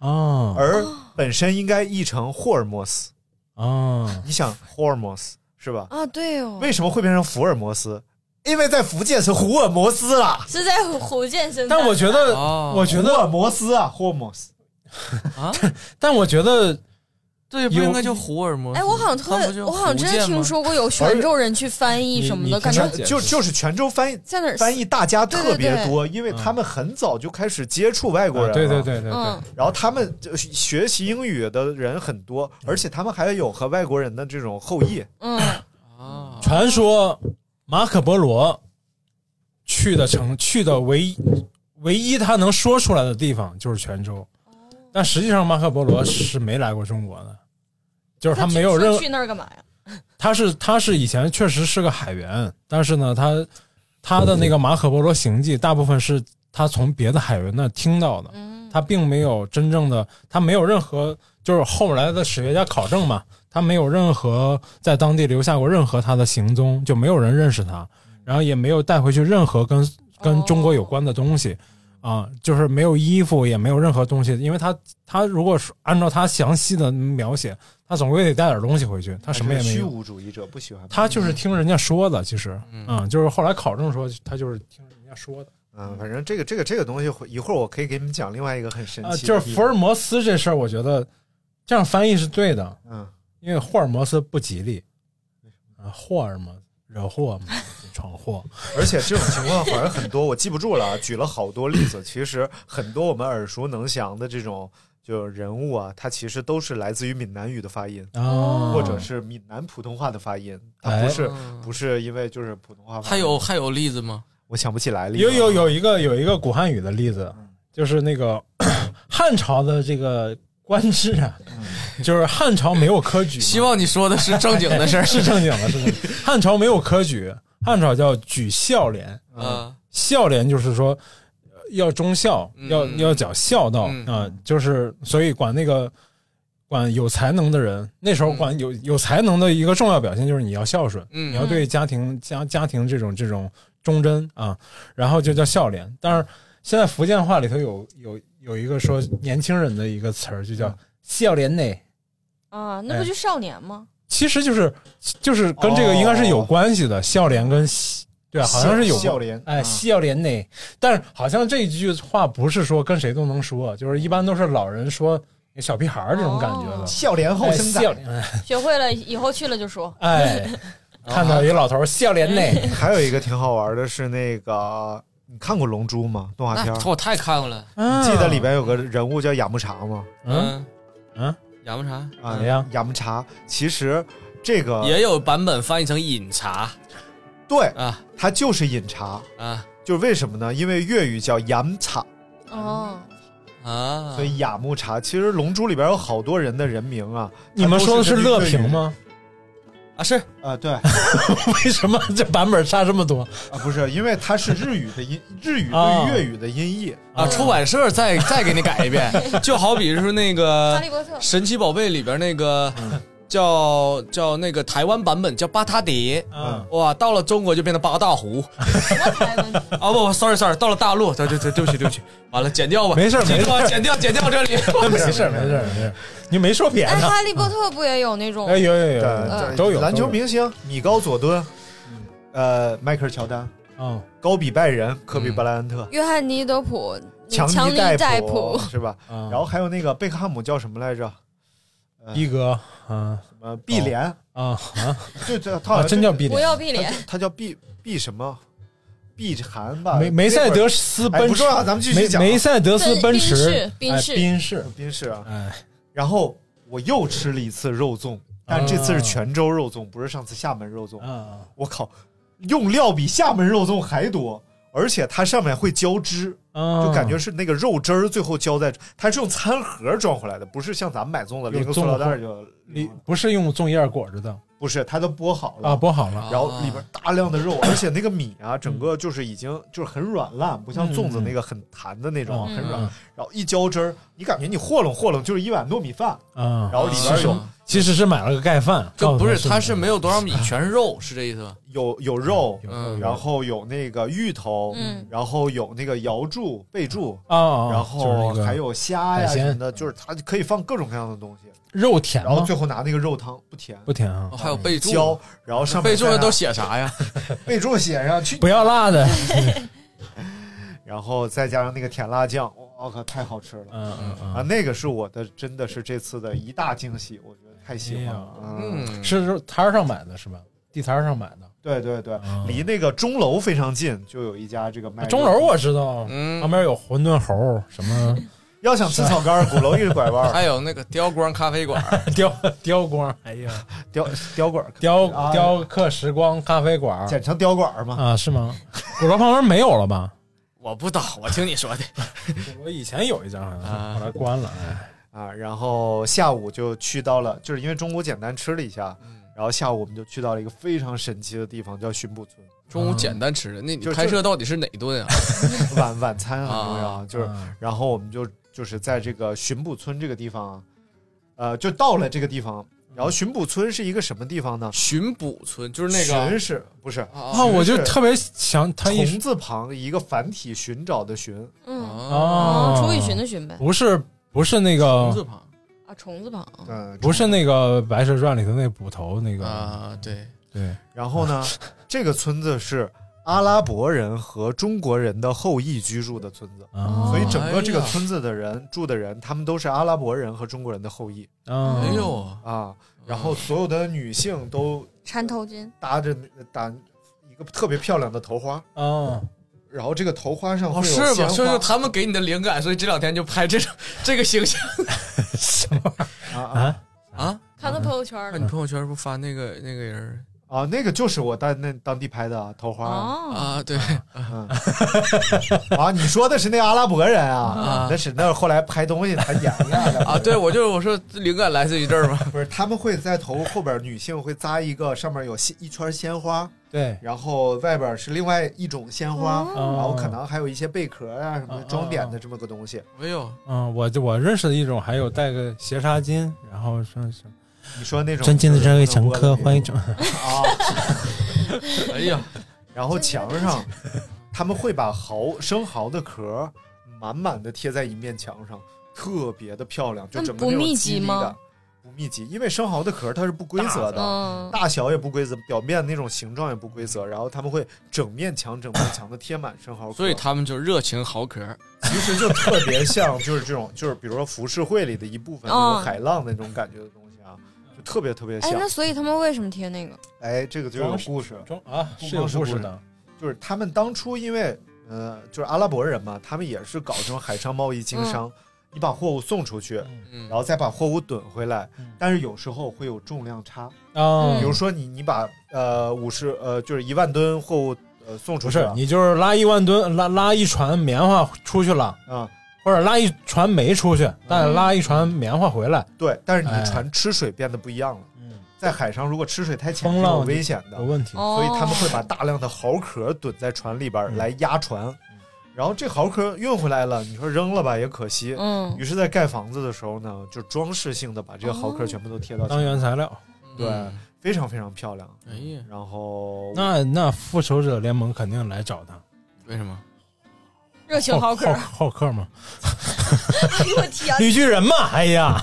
S5: 哦
S4: 而本身应该译成霍尔莫斯。
S7: 嗯
S5: 哦，
S4: 你想霍尔莫斯是吧？
S7: 啊，对哦，
S4: 为什么会变成福尔摩斯？因为在福建是胡尔摩斯了，
S7: 是在福建生
S5: 但我觉得，
S7: 嗯
S6: 啊，
S5: 哦我觉
S4: 胡尔
S5: 得，
S4: 摩斯啊，霍尔摩斯。
S5: 但我觉得
S6: 对，不应该叫胡尔摩斯？
S7: 哎，我好像特
S6: 他不，就
S7: 我好像真的
S6: 福建吗
S7: 听 说过有泉州人去翻译什么的，感觉
S5: 你
S4: 就就是泉州翻译
S7: 在哪儿
S4: 翻
S7: 译？
S4: 译大家
S7: 对
S4: 特
S7: 对
S4: 别
S7: 对
S4: 多，因为他们很早就开始接触外国人
S5: 啊
S4: 了，
S5: 对对对对对
S7: 嗯，
S4: 然后他们就学习英语的人很多，而且他们还有和外国人的这种后裔。
S7: 嗯，
S6: 啊，
S5: 传说马可波罗去的城，去的唯一唯一他能说出来的地方就是泉州，但实际上马可波罗是没来过中国的， 就是他没有任
S7: 去去那儿干嘛呀？
S5: 他是他是以前确实是个海员，但是呢，他他的那个马可波罗行记大部分是他从别的海员那听到的，
S7: 嗯，
S5: 他并没有真正的，他没有任何就是后来的史学家考证嘛，他没有任何在当地留下过任何他的行踪，就没有人认识他，然后也没有带回去任何跟跟中国有
S7: 哦
S5: 关的东西。啊，就是没有衣服，也没有任何东西，因为他他如果是按照他详细的描写，他总归得带点东西回去，他什么也没有。
S4: 啊虚无主义者不喜欢
S5: 他就是听人家说的，其实，
S6: 嗯
S5: 嗯，就是后来考证说他就是听人家说的
S4: 嗯，反正这个这个这个东西，一会儿我可以给你们讲另外一个很神
S5: 啊、
S4: 奇
S5: 就
S4: 的地方。
S5: 是福尔摩斯这事儿，我觉得这样翻译是对的，
S4: 嗯，
S5: 因为霍尔摩斯不吉利，啊，霍尔嘛，惹祸嘛，闯祸，
S4: 而且这种情况好像很多，我记不住了啊，举了好多例子。其实很多我们耳熟能详的这种就人物啊，他其实都是来自于闽南语的发音，
S6: 哦
S5: 啊，
S4: 或者是闽南普通话的发音，他
S5: 哎
S4: 不是
S6: 嗯
S4: 不是因为就是普通话发音。
S6: 还有还有例子吗？
S4: 我想不起来了，
S5: 有有有一个有一个古汉语的例子，就是那个汉朝的这个官制啊， 就是汉朝没有科举嘛，
S6: 希望你说的是正经的事儿。
S5: 嗯 是正经的，是正经的，汉朝没有科举，汉朝叫举孝廉。
S6: 啊，
S5: 孝廉就是说呃要忠孝，
S6: 嗯
S5: 要要讲孝道啊、
S6: 嗯
S5: 就是所以管那个管有才能的人，那时候管有、有才能的一个重要表现就是你要孝顺，
S6: 嗯
S5: 你要对家庭家家庭这种这种忠贞啊，然后就叫孝廉。但是现在福建话里头有有有一个说年轻人的一个词儿，就
S6: 嗯
S5: 叫孝廉呢。
S7: 啊，
S5: 哎
S7: 那不就少年吗？
S5: 其实就是就是跟
S6: 哦
S5: 这个应该是有关系的，孝廉跟孝对啊，好像是有
S4: 孝廉
S5: 哎，
S4: 嗯
S5: 孝廉呢？但是好像这一句话不是说跟谁都能说，就是一般都是老人说小屁孩儿这种感觉的。
S7: 哦
S4: 笑脸后
S5: 哎
S4: 生
S5: 孝
S4: 仔。
S5: 廉，
S7: 学会了以后去了就说，
S5: 哎，看
S6: 嗯
S5: 到一老头儿孝廉呢，
S4: 还有一个挺好玩的是那个，你看过《龙珠》吗？动画片
S6: 那
S4: 儿，
S6: 我太看过了。
S5: 你
S4: 记得里边有个人物叫雅木茶吗？
S5: 嗯
S6: 嗯
S5: 嗯，
S6: 雅木茶
S4: 啊
S5: 怎么样，
S4: 雅木茶其实这个
S5: 呃
S6: 也有版本翻译成饮茶
S4: 对，
S6: 啊
S4: 它就是饮茶，
S6: 啊
S4: 就是为什么呢？因为粤语叫雅木茶，
S7: 哦，
S6: 啊！
S4: 所以雅木茶。其实《龙珠》里边有好多人的人名啊，
S5: 你们说的是
S4: 它都
S5: 乐
S4: 跟粤语
S5: 平？吗？
S6: 啊是
S4: 啊， 对，啊
S5: 为什么这版本差这 么多？
S4: 不是，因为它是日语的 音，日语
S5: 啊
S4: 对粤语的音译。
S6: 啊，出版社再再给你改一遍， 就好比是说那
S7: 哈
S5: 呃
S6: 个
S7: 利波特
S6: 《
S5: 啊
S6: 神奇宝贝》里边那个叫叫那个台湾版本叫巴塔迪。
S4: 嗯
S5: 啊，
S6: 哇，到了中国就变成八大湖 啊！不不，sorry sorry，到了大陆，对对对，对不起对不起，完了，剪掉吧，
S5: 没事儿没事儿
S6: 剪掉剪掉这里，
S5: 没事儿没事儿没事儿，你没说别
S7: 哎，
S5: 的。
S7: 哈利波特不也有那种
S5: 嗯哎，有有有
S4: 对，
S5: 有，都有
S4: 篮球
S5: 都有
S4: 明星米高佐敦，呃，迈克尔乔丹，
S5: 嗯，
S4: 高比拜仁，科比
S6: 嗯
S4: 布莱恩特，
S7: 约翰尼德普、
S4: 强
S7: 强
S4: 尼
S7: 尼
S4: 戴
S7: 戴
S4: 普
S7: 普
S4: 是吧？
S5: 然
S4: 然后还有那个贝克汉姆叫什么来着？呃
S5: 嗯一哥，嗯
S4: 什么碧莲？
S5: 啊
S4: 就这他好
S5: 啊，
S4: 像
S5: 真叫碧
S7: 不
S5: 莲，
S7: 要 碧莲，
S4: 他叫碧碧什么？碧寒吧？
S5: 梅梅赛德斯
S4: 啊哎
S5: 奔
S4: 不
S5: 驰
S4: 重，要咱们继续
S5: 梅
S4: 讲啊
S5: 梅赛德斯
S7: 奔
S5: 奔
S7: 宾
S5: 驰
S7: 士，宾
S5: 哎
S7: 士
S5: 宾士，
S4: 宾士啊。
S5: 哎，
S4: 然后我又吃了一次肉粽，但是这次是泉州肉粽，不是上次厦门肉粽。
S5: 啊
S4: 我靠，用料比厦门肉粽还多，而且它上面会浇汁，
S5: 啊，
S4: 就感觉是那个肉汁儿最后浇在，它是用餐盒装回来的，不是像咱们买粽子拎个塑料袋儿就
S5: 你不是用粽叶裹着的
S4: 不是，它都剥好了
S5: 啊，剥好了，
S4: 然后里边大量的肉，而且那个米啊，整个就是已经就是很软烂，不像粽子那个很弹的那种，啊
S5: 嗯
S4: 很软
S5: 嗯。
S4: 然后一浇汁儿，你感觉你和拢和拢就是一碗糯米饭，
S5: 啊，
S4: 然后里边有
S5: 其实是买了个盖饭，
S6: 就不
S5: 告
S6: 是，
S5: 诉
S6: 它是没有多少米，全是肉，是这意思吧？
S4: 有有肉，
S6: 嗯
S4: 然后有那个芋头，
S7: 嗯
S4: 然后有那个瑶柱、贝柱，
S5: 啊啊，
S4: 然后还有虾呀
S5: 海鲜
S4: 什么的，就是它可以放各种各样的东西。
S5: 肉甜
S4: 然后
S5: 吗
S4: 最？后拿那个肉汤不甜，
S5: 不甜啊
S6: 哦，还有备注，
S4: 浇，然后上面啊
S6: 备注上
S4: 再
S6: 都写啥呀？
S4: 备注写上去，
S5: 不要辣的，
S4: 然后再加上那个甜辣酱，我靠，太好吃了。
S5: 嗯嗯
S4: 啊，
S5: 嗯，
S4: 那个是我的，真的是这次的一大惊喜，我觉得太喜
S5: 哎
S4: 欢了。嗯，
S6: 嗯，
S5: 是摊儿上买的是吧？地摊儿上买的，
S4: 对对对
S5: 啊，
S4: 离那个钟楼非常近，就有一家这个卖肉
S5: 钟楼啊我知道，
S6: 嗯
S5: 旁边有馄饨猴，什 么
S4: 要想吃草干儿，鼓楼一拐弯儿，
S6: 还有那个雕光咖啡馆，
S5: 雕雕光，哎呀，
S4: 雕雕馆儿，
S5: 雕
S4: 啊
S5: 雕刻时光咖啡馆
S4: 简称雕馆儿嘛。
S5: 啊，是吗？鼓楼旁边没有了 吧？
S6: 我不打，我听你说的。
S5: 我以前有一家，好像后来关了，哎，
S4: 啊，然后下午就去到了，就是因为中午简单吃了一下，
S5: 嗯
S4: 然后下午我们就去到了一个非常神奇的地方，叫巡捕村。
S6: 中午简单吃的，那你
S4: 啊就
S6: 拍摄到底是哪顿 啊？
S4: 晚晚餐很重要，就是
S5: 啊
S4: 然后我们就就是在这个巡捕村这个地方，呃，就到了这个地方。
S5: 嗯
S4: 然后巡捕村是一个什么地方呢？
S6: 巡捕村就是那个
S4: 巡是不是？
S6: 啊
S5: 啊，我
S4: 就
S5: 就
S4: 是
S5: 特别想他一
S4: 虫字旁一个繁体寻找的寻，
S7: 嗯，
S5: 哦
S4: 啊
S7: 哦，楚雨荨的荨呗，
S5: 不是不是那
S6: 虫字
S5: 个
S6: 旁
S7: 啊，虫字旁，
S4: 嗯，
S5: 不是那个《白蛇传》里头那捕头那个，
S6: 啊，对，
S5: 对，
S4: 然后 呢，这个村子是阿拉伯人和中国人的后裔居住的村子，
S5: 啊
S4: 所以整个这
S6: 哎
S4: 个村子的人住的人，他们都是阿拉伯人和中国人的后裔
S5: 啊
S6: 哎呦，
S4: 啊。然
S6: 嗯
S4: 后所有的女性都
S7: 缠头巾，
S4: 搭着打一个特别漂亮的头花，
S5: 啊，
S4: 然后这个头花上会有
S6: 哦是
S4: 鲜
S6: 吗？所以
S4: 花
S6: 说他们给你的灵感，所以这两天就拍这种 这个形象
S4: 啊啊
S6: 啊。
S7: 看
S5: 嗯
S7: 他朋友圈
S6: 那
S7: 了
S6: 你朋友圈不发那个那个人
S4: 啊，那个就是我在那当地拍的啊头花啊
S6: 儿
S7: 哦，
S6: 啊？对，
S4: 嗯 啊，你说的是那个阿拉伯人啊
S6: 啊？
S4: 那是那后来拍东西他演一下的
S6: 啊，对，我就是我说灵感来自于这 儿嘛。
S4: 不是，他们会在头后边，女性会扎一个上面有鲜一圈鲜花，
S5: 对，
S4: 然后外边是另外一种鲜花，
S5: 哦
S4: 然后可能还有一些贝壳啊
S6: 哦
S4: 什么的装点的这么个东西。
S6: 哎呦，
S5: 嗯，我就我认识的一种，还有戴个斜纱巾，然后说什么
S4: 你说那种
S5: 尊敬的这位乘客，
S4: 就是那种
S5: 欢迎乘
S4: 啊。
S6: 哎呀，
S4: 然后墙上，他们会把蚝生蚝的壳满满的贴在一面墙上，特别的漂亮，就
S7: 那
S4: 整个
S7: 不
S4: 那种
S7: 密
S4: 肌
S7: 集
S4: 理
S7: 吗
S4: 感？不密集，因为生蚝的壳它是不规则的，
S7: 嗯，
S4: 大小也不规则，表面那种形状也不规则，然后他们会整面墙整面墙的贴满生蚝壳，
S6: 所以他们就热情豪客，
S4: 其实就特别像就是这种就是比如说浮世绘里的一部分那
S7: 哦
S4: 种海浪的那种感觉的东西啊，就特别特别
S7: 哎，
S4: 像
S7: 那。所以他们为什么贴那个？
S4: 哎，这个就有故事，
S5: 中啊，
S4: 不
S5: 是有
S4: 光是
S5: 故
S4: 故
S5: 事
S4: 事
S5: 的，
S4: 就是他们当初因为呃就是阿拉伯人嘛，他们也是搞这种海上贸易经
S7: 嗯
S4: 商，你把货物送出去，
S6: 嗯
S4: 然，后再把货物趸回来
S5: 嗯，
S4: 但是有时候会有重量差。
S5: 啊
S7: 嗯
S4: 比如说你你把呃五十呃就是一万吨货物呃送出
S5: 不
S4: 去
S5: 是
S4: 了，
S5: 你就是拉一万吨，拉拉一船棉花出去了，
S4: 啊、
S5: 或者拉一船煤出去，但拉一船棉花回来，
S4: 对，但是你
S5: 哎
S4: 的船吃水变得不一样了。
S5: 嗯，
S4: 在海上如果吃水太浅
S5: 风
S4: 是
S5: 浪
S4: 有危险的
S5: 有，问题，
S7: 哦，
S4: 所以他们会把大量的蚝壳趸在船里边儿
S5: 嗯
S4: 来压船，然后这蚝壳运回来了，你说扔了吧也可惜。
S7: 嗯
S4: 于是，在盖房子的时候呢，就装饰性的把这个蚝壳全部都贴到
S5: 当
S4: 墙
S5: 原
S4: 上，
S5: 材料。
S4: 对
S6: 嗯
S4: 非常非常漂亮。
S6: 哎呀，
S4: 然后
S5: 那那复仇者联盟肯定来找他，
S6: 为什么？
S7: 热情
S5: 好
S7: 好客
S5: 好，好客嘛，
S7: 哎 呦我天，
S5: 哦绿巨人嘛，哎呀，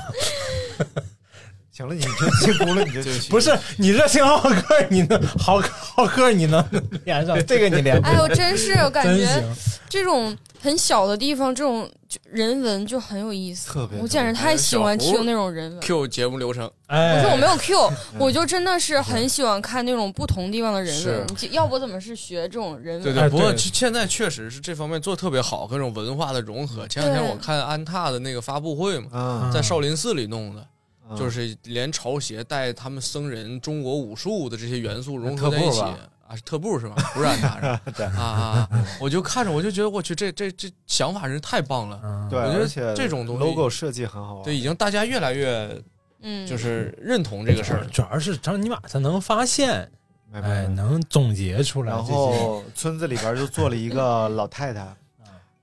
S4: 行了，你就进屋了，你就
S5: 不是你热情好客，你能好客好客，你能连上这个你连不
S7: 哎
S5: 上，
S7: 呦，真是我感
S5: 真
S7: 觉
S5: 行。
S7: 这种很小的地方，这种就人文就很有意思。
S4: 特别
S7: 我简直太喜欢听那种人文。
S6: Q 节目流程，
S7: 不
S5: 哎，
S7: 是我没有 Q，我就真的是很喜欢看那种不同地方的人
S6: 是
S7: 文，你就要不怎么是学这种人
S6: 对
S7: 文？
S6: 对，
S5: 哎
S6: 不过
S5: 对
S6: 现在确实是这方面做得特别好，各种文化的融合。前两天
S7: 对
S6: 我看安踏的那个发布会嘛，
S4: 啊
S6: 在少林寺里弄的，
S4: 嗯
S6: 就是连朝鞋带他们僧人中国武术的这些元素融合在
S4: 特
S6: 一
S4: 步
S6: 起
S4: 吧
S6: 啊，是特步是吧？不是安踏是吧
S4: 对
S6: 啊啊！啊我就看着我就觉得我去，这这这想法真是太棒了。
S5: 嗯
S4: 对，
S6: 我觉得
S4: 而且
S6: 这种东西
S4: logo 设计很好玩。
S6: 对，已经大家越来越
S7: 嗯，
S6: 就是认同这个事儿了。
S5: 主要是张尼玛他能发现，
S4: 没没
S5: 哎，
S4: 没
S5: 能总结出来
S4: 然
S5: 这些。
S4: 后村子里边就坐了一个老太太，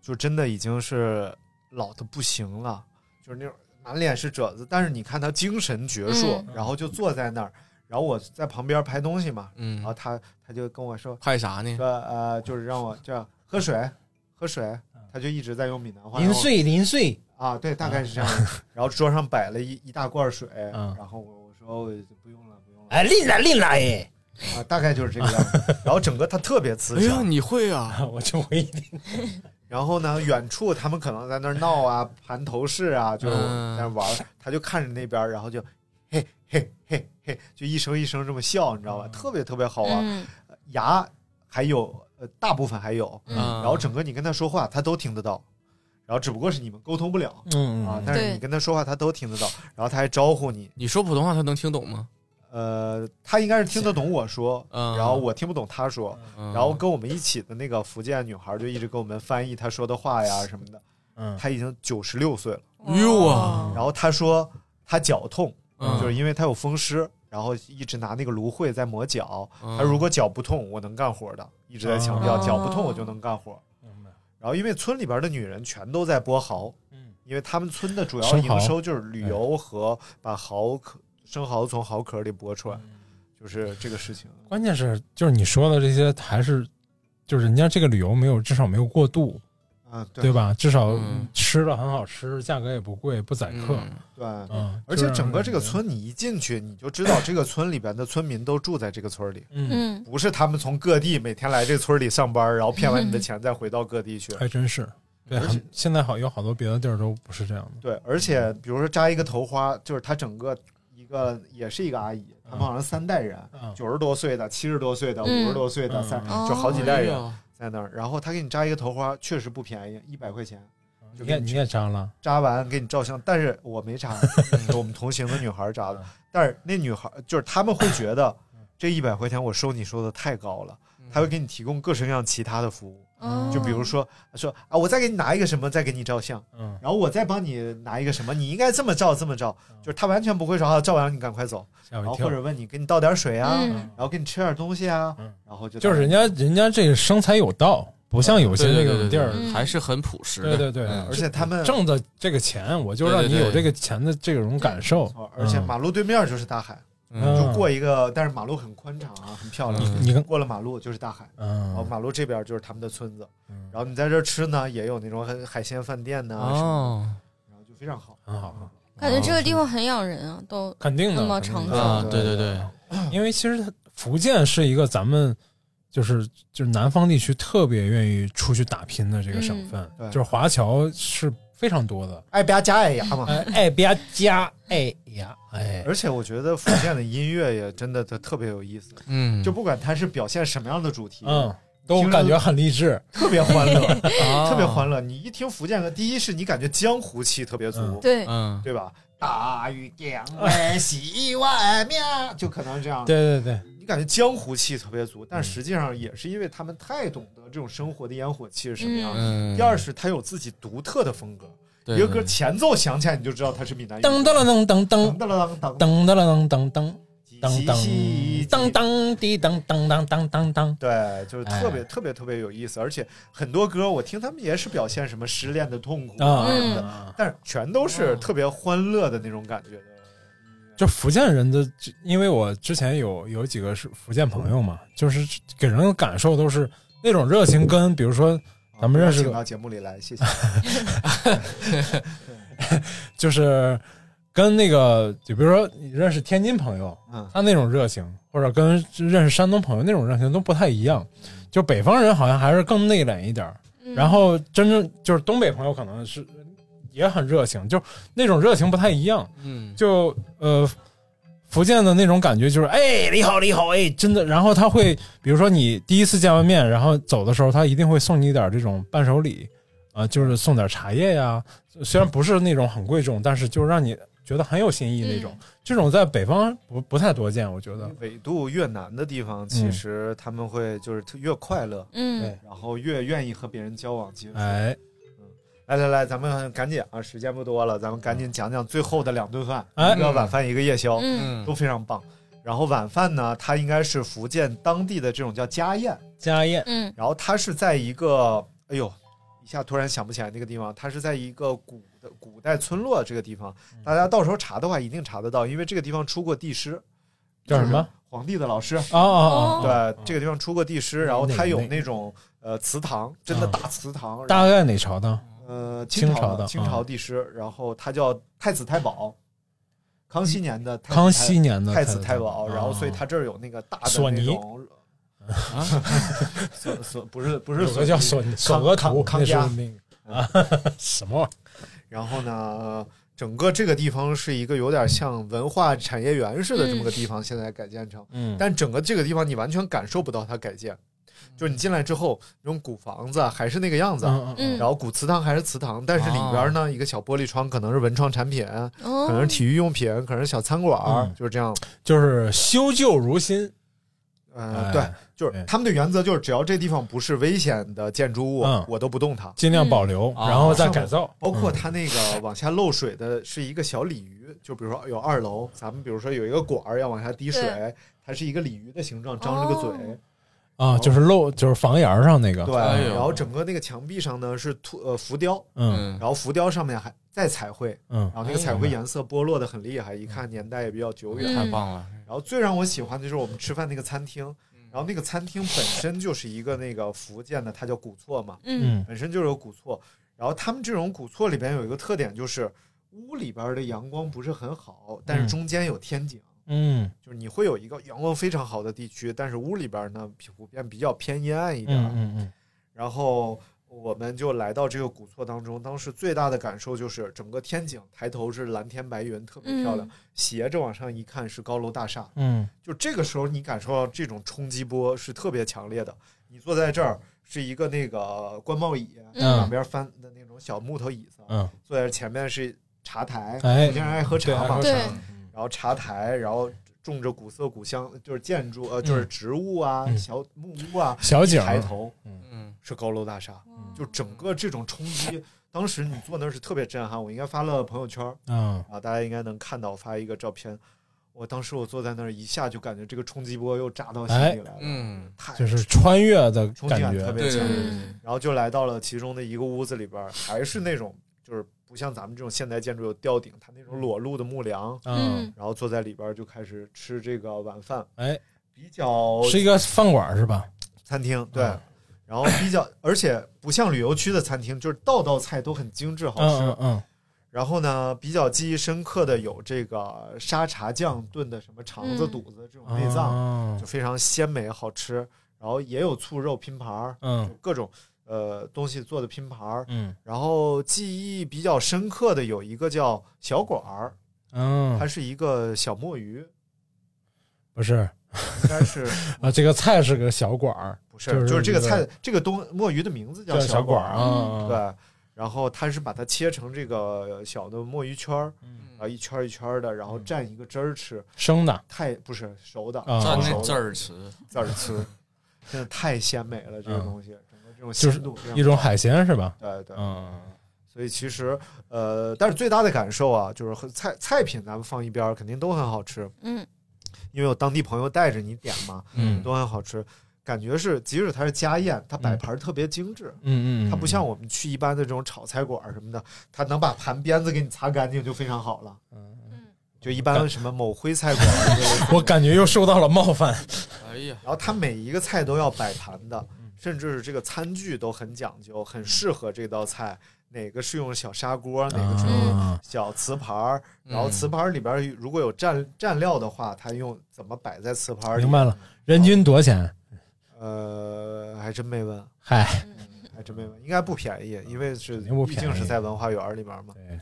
S4: 就真的已经是老的不行了，就是那种满脸是褶子，但是你看她精神矍铄，然后就坐在那儿，然后我在旁边拍东西嘛，
S6: 嗯
S4: 然，后她她就跟我说
S6: 拍啥呢？
S4: 说呃，就是让我这样喝水喝水，她就一直在用闽南话
S9: 零碎零碎，
S4: 啊，对，大概是这样的。然后桌上摆了一一大罐水，
S5: 嗯
S4: 然后我我说我不用了不用了
S9: 哎，拎来拎来哎，
S4: 啊，大概就是这个样子。然后整个她特别慈
S6: 哎
S4: 祥
S6: 呦，。你会啊？
S5: 我就会一点，
S4: 然后呢，远处他们可能在那儿闹啊，盘头饰 啊，就是在
S6: 嗯
S4: 那儿玩儿，他就看着那边儿，然后就嘿嘿嘿嘿，就一声一声这么笑，你知道
S6: 嗯
S4: 吧？特别特别好啊玩，
S7: 嗯
S4: 牙还有呃大部分还有，
S6: 嗯
S4: 然后整个你跟他说话，他都听得到，然后只不过是你们沟通不了
S5: 嗯
S4: 啊
S5: 嗯，
S4: 但是
S7: 对
S4: 你跟他说话，他都听得到，然后他还招呼你，
S6: 你说普通话他能听懂吗？
S4: 呃，他应该是听得懂我说，
S6: 嗯，
S4: 然后我听不懂他说，
S6: 嗯，
S4: 然后跟我们一起的那个福建女孩就一直跟我们翻译他说的话 呀什么的。
S5: 嗯，
S4: 他已经九十六岁了。
S6: 哟啊，
S4: 然后他说他脚痛，
S6: 嗯
S4: 就是因为他有风湿，然后一直拿那个芦荟在磨脚。
S6: 嗯
S4: 他如果脚不痛，我能干活的，一直在强调
S7: 哦
S4: 脚不痛我就能干活。
S5: 明白
S4: 然后因为村里边的女人全都在剥蚝，
S5: 嗯
S4: 因为他们村的主要
S5: 生蚝
S4: 营收就是旅游和把蚝壳生蚝从蚝壳里剥出来，
S6: 嗯
S4: 就是这个事情。
S5: 关键是就是你说的这些还是，就是人家这个旅游没有至少没有过度，
S4: 嗯，
S5: 对吧？至少
S6: 嗯
S5: 吃的很好吃，价格也不贵，不宰客。
S6: 嗯
S4: 对。
S5: 嗯，
S4: 而
S5: 就
S4: 且
S5: 让
S4: 整个
S5: 人
S4: 这个
S5: 觉得，
S4: 村，你一进去你就知道这个村里边的村民都住在这个村里。
S5: 嗯，
S7: 嗯，
S4: 不是他们从各地每天来这村里上班，然后骗完你的钱再回到各地去。
S5: 还真是。对，
S4: 而且
S5: 很现在好有好多别的地儿都不是这样的。
S4: 对，而且比如说扎一个头花，就是他整个一个也是一个阿姨，他们好像啊三代人，
S5: 嗯，
S4: 九十多岁的、七十多岁的、五
S7: 嗯
S4: 十多岁的，
S5: 嗯
S4: 三
S7: 嗯
S4: 就好几代
S6: 哎
S4: 人
S6: 呀，
S4: 在那儿。然后他给你扎一个头花，确实不便宜，一百块钱。就
S5: 你
S4: 给
S5: 也
S4: 你
S5: 你也扎了，
S4: 扎完给你照相，但是我没扎，是我们同行的女孩扎的
S5: 嗯。
S4: 但是那女孩就是他们会觉得这一百块钱我收你收的太高了，
S6: 嗯
S4: 他会给你提供各式各样其他的服务。
S7: 哦
S4: 就比如说说啊，我再给你拿一个什么，再给你照相，
S5: 嗯，
S4: 然后我再帮你拿一个什么，你应该这么照这么照，就是他完全不会说啊，照完了你赶快走，
S5: 嗯吓
S4: 然
S5: 我
S4: 后
S5: 一跳
S4: 或。者问你给你倒点水啊，
S7: 嗯
S4: 然后给你吃点东西啊
S5: 嗯，
S4: 然后就
S5: 就是人家人家这个生财有道，不
S4: 嗯
S5: 像有些
S6: 对
S5: 那
S6: 对
S5: 个
S6: 对
S5: 地儿，
S6: 对还是很朴实
S5: 对
S6: 的。
S5: 对对，
S6: 嗯
S4: 而且他们
S5: 挣的这个钱，我就让
S6: 对
S5: 你
S6: 对对
S5: 有这个钱的这种感受。嗯
S4: 哦而且马路对面就是大海，
S6: 嗯
S4: 就过一个，但是马路很宽敞啊，很漂亮，
S5: 你跟
S4: 过了马路就是大海。然后
S5: 嗯，
S4: 马路这边就是他们的村子，
S5: 嗯
S4: 然后你在这儿吃呢，也有那种很海鲜饭店呐、什么
S6: 哦，
S4: 的，然后就非常好。
S5: 很好，
S7: 感觉这个地方很养人啊，都
S5: 肯定的
S7: 那么
S5: 肯定
S7: 长
S5: 的
S7: 久
S6: 啊，
S4: 对
S6: 对对对，
S5: 因为其实它福建是一个咱们就是就是南方地区特别愿意出去打拼的这个省份，
S4: 嗯对
S5: 就是华侨是非常多的。
S4: 爱吧加爱牙嘛，
S5: 哎哎，别加哎呀哎，
S4: 而且我觉得福建的音乐也真的特特别有意思，
S6: 嗯，
S4: 就不管它是表现什么样的主题，
S5: 嗯，都感觉很励志。
S4: 特别欢乐，特
S6: 特
S4: 别欢乐。你一听福建歌，第一是你感觉江湖气特别足，
S5: 嗯
S7: 对，
S6: 嗯，
S4: 对吧？大雨点外洗外面，就可能是这样。
S5: 对对对，
S4: 你感觉江湖气特别足，但实际上也是因为他们太懂得这种生活的烟火气是什么样的。
S6: 嗯，
S4: 第二是他有自己独特的风格，
S6: 对嗯
S4: 一个歌前奏响起来你就知道他是闽南语。
S5: 噔噔了噔噔
S4: 噔
S5: 噔
S4: 噔了噔噔
S5: 噔噔了
S4: 噔
S5: 噔噔噔噔噔噔。噔滴噔噔噔噔噔噔。
S4: 对，就是特
S5: 哎
S4: 别、特别特别有意思，而且很多歌我听他们也是表现什么失恋的痛苦
S5: 啊
S4: 什么的，
S5: 嗯
S4: 但是全都是特别欢乐的那种感觉的。啊
S5: 就福建人的，因为我之前有有几个是福建朋友嘛，就是给人的感受都是那种热情跟，比如说
S4: 啊
S5: 咱们认识
S4: 不要请
S5: 个
S4: 到节目里来， 谢谢。
S5: 就是跟那个，就比如说你认识天津朋友，
S4: 嗯，
S5: 他那种热情，或者跟认识山东朋友那种热情都不太一样。就北方人好像还是更内敛一点儿，
S7: 嗯
S5: 然后真正就是东北朋友可能是也很热情，就那种热情不太一样。
S6: 嗯，
S5: 就呃，福建的那种感觉就是，哎，你好，你好，哎，真的。然后他会，比如说你第一次见完面，然后走的时候，他一定会送你一点这种伴手礼，啊、就是送点茶叶呀、虽然不是那种很贵重，但是就让你觉得很有新意
S7: 嗯
S5: 那种。
S4: 嗯
S5: 这种在北方不不太多见，我觉得。
S4: 纬度越南的地
S5: 嗯
S4: 方，其实他们会就是特越快乐，
S7: 嗯
S5: 对，
S4: 然后越愿意和别人交往接触。
S5: 哎
S4: 来来来，咱们赶紧啊，时间不多了，咱们赶紧讲讲最后的两顿饭，
S5: 哎
S4: 一个晚饭，一个夜宵，
S7: 嗯
S6: 嗯
S4: 都非常棒。然后晚饭呢，它应该是福建当地的这种叫家宴，
S5: 家宴，
S7: 嗯
S4: 然后它是在一个，哎呦，一下突然想不起来那个地方，它是在一个古的古代村落这个地方，
S5: 嗯
S4: 大家到时候查的话一定查得到，因为这个地方出过帝师，
S5: 叫什么？
S4: 皇帝的老师，
S5: 啊
S7: 哦
S5: 啊啊！
S4: 对，这个地方出过帝
S5: 哦
S4: 师，然后它有那种呃祠堂，真的
S5: 啊
S4: 大祠堂，然后
S5: 大概哪朝的？
S4: 呃
S5: 清
S4: 清朝
S5: 朝的
S4: 清
S5: 啊
S4: 朝帝师，然后他叫太子太保，康熙年的太子
S5: 康
S4: 太
S5: 熙年的
S4: 太子太保，然后所以
S5: 啊
S4: 他这儿有那个大的
S5: 索
S4: 那
S5: 尼
S4: 种。啊， 索索不是不是
S5: 有
S4: 索
S5: 个叫
S4: 尼
S5: 索尼
S4: 康
S5: 索额
S4: 康
S5: 图，
S4: 康
S5: 那是
S4: 家
S5: 那个啊 什么玩意
S4: 然后呢，整个这个地方是一个有点像文化产业园似的这么个地方，现在改建成。
S5: 嗯
S4: 但整个这个地方你完全感受不到它改建，就是你进来之后，那种古房子啊还是那个样子，
S5: 儿？
S7: 嗯，
S4: 然后古祠堂还是祠堂，但是里边呢、一个小玻璃窗可能是文创产品，
S7: 哦
S4: 可能是体育用品，可能是小餐馆，
S5: 嗯
S4: 就是这样。
S5: 就是修旧如新。
S4: 呃，
S5: 哎
S4: 对，就是
S5: 对
S4: 他们的原则就是只要这地方不是危险的建筑物，
S5: 嗯
S4: 我都不动它。
S5: 尽量保留，
S6: 嗯
S5: 然后再改造，
S4: 啊
S5: 嗯
S4: 包括它那个往下漏水的是一个小鲤鱼，就比如说有二楼，咱们比如说有一个管儿要往下滴水
S7: 对，
S4: 它是一个鲤鱼的形状，张着个嘴，
S7: 哦
S5: 啊，就是漏，就是房檐上那个，
S4: 对，
S6: 哎呦
S4: 然后整个那个墙壁上呢是涂呃浮雕，
S6: 哎
S5: 嗯
S4: 然后浮雕上面还再彩绘，
S5: 嗯
S4: 然后那个彩绘颜色剥落的很厉害，一看年代也比较久远。
S6: 太棒了，
S4: 然后最让我喜欢的就是我们吃饭那个餐厅，然后那个餐厅本身就是一个那个福建的，它叫古厝嘛，
S7: 嗯
S5: 嗯
S4: 本身就是有古厝。然后他们这种古厝里边有一个特点，就是屋里边的阳光不是很好，但是
S5: 嗯
S4: 中间有天井，
S5: 嗯
S4: 就是你会有一个阳光非常好的地区，但是屋里边呢普遍比较偏阴暗一
S5: 嗯
S4: 点。
S5: 嗯
S4: 然后我们就来到这个古厝当中，当时最大的感受就是整个天井抬头是蓝天白云，特
S7: 嗯
S4: 别漂亮，斜着往上一看是高楼大厦。
S5: 嗯
S4: 就这个时候，你感受到这种冲击波是特别强烈的。你坐在这儿是一个那个官帽椅，两
S5: 嗯
S4: 边翻的那种小木头椅子，
S5: 嗯，
S4: 坐在前面是茶台，
S5: 哎
S4: 有些人爱喝茶嗯嘛，
S7: 对，
S4: 然后茶台，然后种着古色古香，就是建筑呃，就是植物啊、
S5: 嗯
S4: 小木屋啊，
S5: 小景儿
S4: 抬头
S6: 嗯，
S4: 是高楼大厦，就整个这种冲击，当时你坐那儿是特别震撼。我应该发了朋友圈儿
S5: 嗯
S4: 啊，大家应该能看到，我发一个照片。我当时我坐在那儿，一下就感觉这个冲击波又炸到心里来了，
S6: 嗯，
S4: 太
S5: 哎就是穿越的
S4: 冲击
S5: 感
S4: 感特
S5: 觉，
S4: 别强
S6: 对。
S7: 嗯
S4: 然后就来到了其中的一个屋子里边儿，还是那种就是不像咱们这种现代建筑有吊顶，它那种裸露的木梁，
S5: 嗯，
S4: 然后坐在里边儿就开始吃这个晚饭，
S5: 哎，
S4: 比较
S5: 是一个饭馆是吧？
S4: 餐厅对
S5: 嗯，
S4: 然后比较而且不像旅游区的餐厅，就是道道菜都很精致好
S5: 嗯
S4: 吃。
S5: 嗯
S4: 然后呢，比较记忆深刻的有这个沙茶酱炖的什么肠子、
S7: 嗯
S4: 肚子这种
S5: 嗯，
S4: 内脏，
S5: 脏
S4: 就，非常鲜美好吃。然后也有醋肉拼盘儿，
S5: 嗯
S4: 各种呃东西做的拼盘儿。
S5: 嗯
S4: 然后记忆比较深刻的有一个叫小馆儿，它
S5: 嗯，
S4: 是一个小墨鱼，
S5: 不是
S4: 应该 是
S5: 啊，这个菜是个小馆儿，
S4: 不是
S5: 啊就是
S4: 就是这个
S5: 一个
S4: 菜这个东墨鱼的名字叫
S5: 叫小
S4: 馆
S5: 馆儿
S4: 儿，嗯
S5: 啊，
S4: 对。然后它是把它切成这个小的墨鱼圈儿，
S5: 嗯
S6: 哎
S4: 啊，一圈儿一圈儿的，然后蘸一个汁儿吃，
S5: 生的
S4: 太不是熟的，
S5: 啊
S4: 炒
S6: 蘸
S5: 蘸
S6: 那
S4: 熟
S6: 字
S4: 的
S6: 儿吃，
S4: 字儿吃，真的太鲜美了，这个
S5: 嗯
S4: 东西，整个这种
S5: 就是
S4: 鲜度非常
S5: 一种
S4: 高
S5: 海鲜是吧？
S4: 对对，
S5: 嗯
S4: 所以其实，呃，但是最大的感受啊，就是和菜菜品咱们放一边儿，肯定都很好吃，
S7: 嗯
S4: 因为有当地朋友带着你点嘛，
S5: 嗯
S4: 都很好吃。感觉是，即使它是家宴，它摆盘儿特别精致，
S5: 嗯嗯，
S4: 它不像我们去一般的这种炒菜馆儿什么的，它能把盘边子给你擦干净就非常好了。
S7: 嗯
S4: 就一般什么某徽菜馆儿之类的，
S5: 啊 我感觉又受到了冒犯。
S6: 哎呀，
S4: 然后它每一个菜都要摆盘的，
S5: 嗯
S4: 甚至是这个餐具都很讲究，很适合这道菜。哪个是用小砂锅，哪个是用
S5: 啊嗯
S4: 小瓷盘儿，然后瓷
S6: 嗯
S4: 盘儿里边儿如果有蘸蘸料的话，它用怎么摆在瓷盘儿里？
S5: 明白了，人均多少钱？
S4: 呃，还真没问，
S5: 嗨，
S7: 嗯
S4: 还真没问，应该不便
S5: 嗯
S4: 宜，因为是
S5: 肯定不
S4: 毕
S5: 便宜
S4: 竟是在文化园儿里边儿嘛。
S5: 对，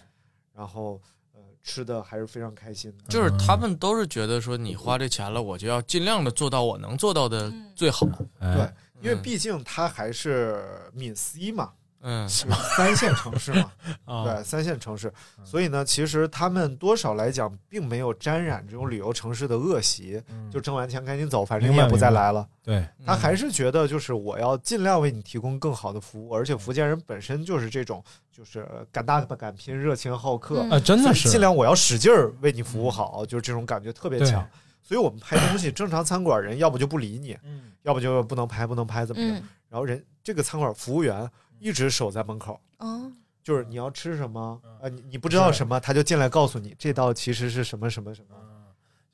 S4: 然后呃，吃的还是非常开心的。
S6: 就是他们都是觉得说你花这钱了，我就要尽量的做到我嗯能做到的最好，
S4: 对
S5: 哎，
S4: 因为毕竟它还是闽西嘛，
S6: 嗯
S4: 就是三线城市嘛，
S5: 啊
S4: 对，三线城市，
S5: 嗯
S4: 所以呢，其实他们多少来讲，并没有沾染这种旅游城市的恶习，
S5: 嗯
S4: 就挣完钱赶紧走，反正你
S5: 明
S4: 也
S5: 白嗯
S4: 不再
S5: 明白
S4: 来了。
S5: 对，
S4: 他还是觉得就是我要尽量为你提供更好的服务，而且福建人本身就是这种就是敢打敢拼、热情好客，
S7: 嗯
S5: 啊，真
S4: 所
S5: 的
S4: 以
S5: 是嗯
S4: 尽量我要使劲儿为你服务好，就是这种感觉特别
S5: 对
S4: 强。所以我们拍东西，正常餐馆人要不就不理你，
S5: 嗯
S4: 要不就不能拍，不能拍怎么样？
S7: 嗯，
S4: 然后人这个餐馆服务员一直守在门口。
S7: 哦，
S4: 就是你要吃什么
S5: 嗯，
S4: 呃，你你不知道什么，他就进来告诉你，这道其实是什么什么什么。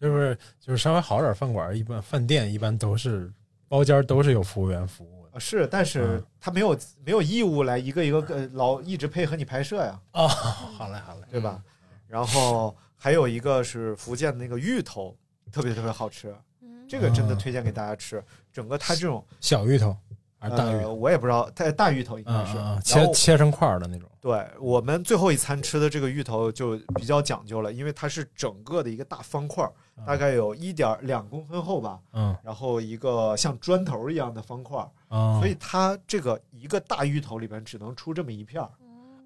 S5: 就是就是稍微好点儿饭馆儿，一般饭店一般都是包间儿都是有服务员服务的
S4: 啊，是，但是
S5: 嗯
S4: 他没有没有义务来一个一个呃老一直配合你拍摄呀，
S5: 啊。好嘞好嘞，
S4: 对吧？
S5: 嗯
S4: 然后还有一个是福建的那个芋头，特别特别好吃，
S7: 嗯
S4: 这个真的
S5: 嗯
S4: 推荐给大家吃。整个它这种
S5: 小芋头还是大芋
S4: 呃，
S5: 头？
S4: 我也不知道，它大芋头应该
S5: 嗯
S4: 是
S5: 嗯嗯，
S4: 然
S5: 切
S4: 后
S5: 切成块儿的那种。
S4: 对我们最后一餐吃的这个芋头就比较讲究了，因为它是整个的一个大方块儿，
S5: 嗯
S4: 大概有一点两公分厚吧，
S5: 嗯
S4: 然后一个像砖头一样的方块儿，
S5: 啊，
S4: 所以它这个一个大芋头里边只能出这么一片儿，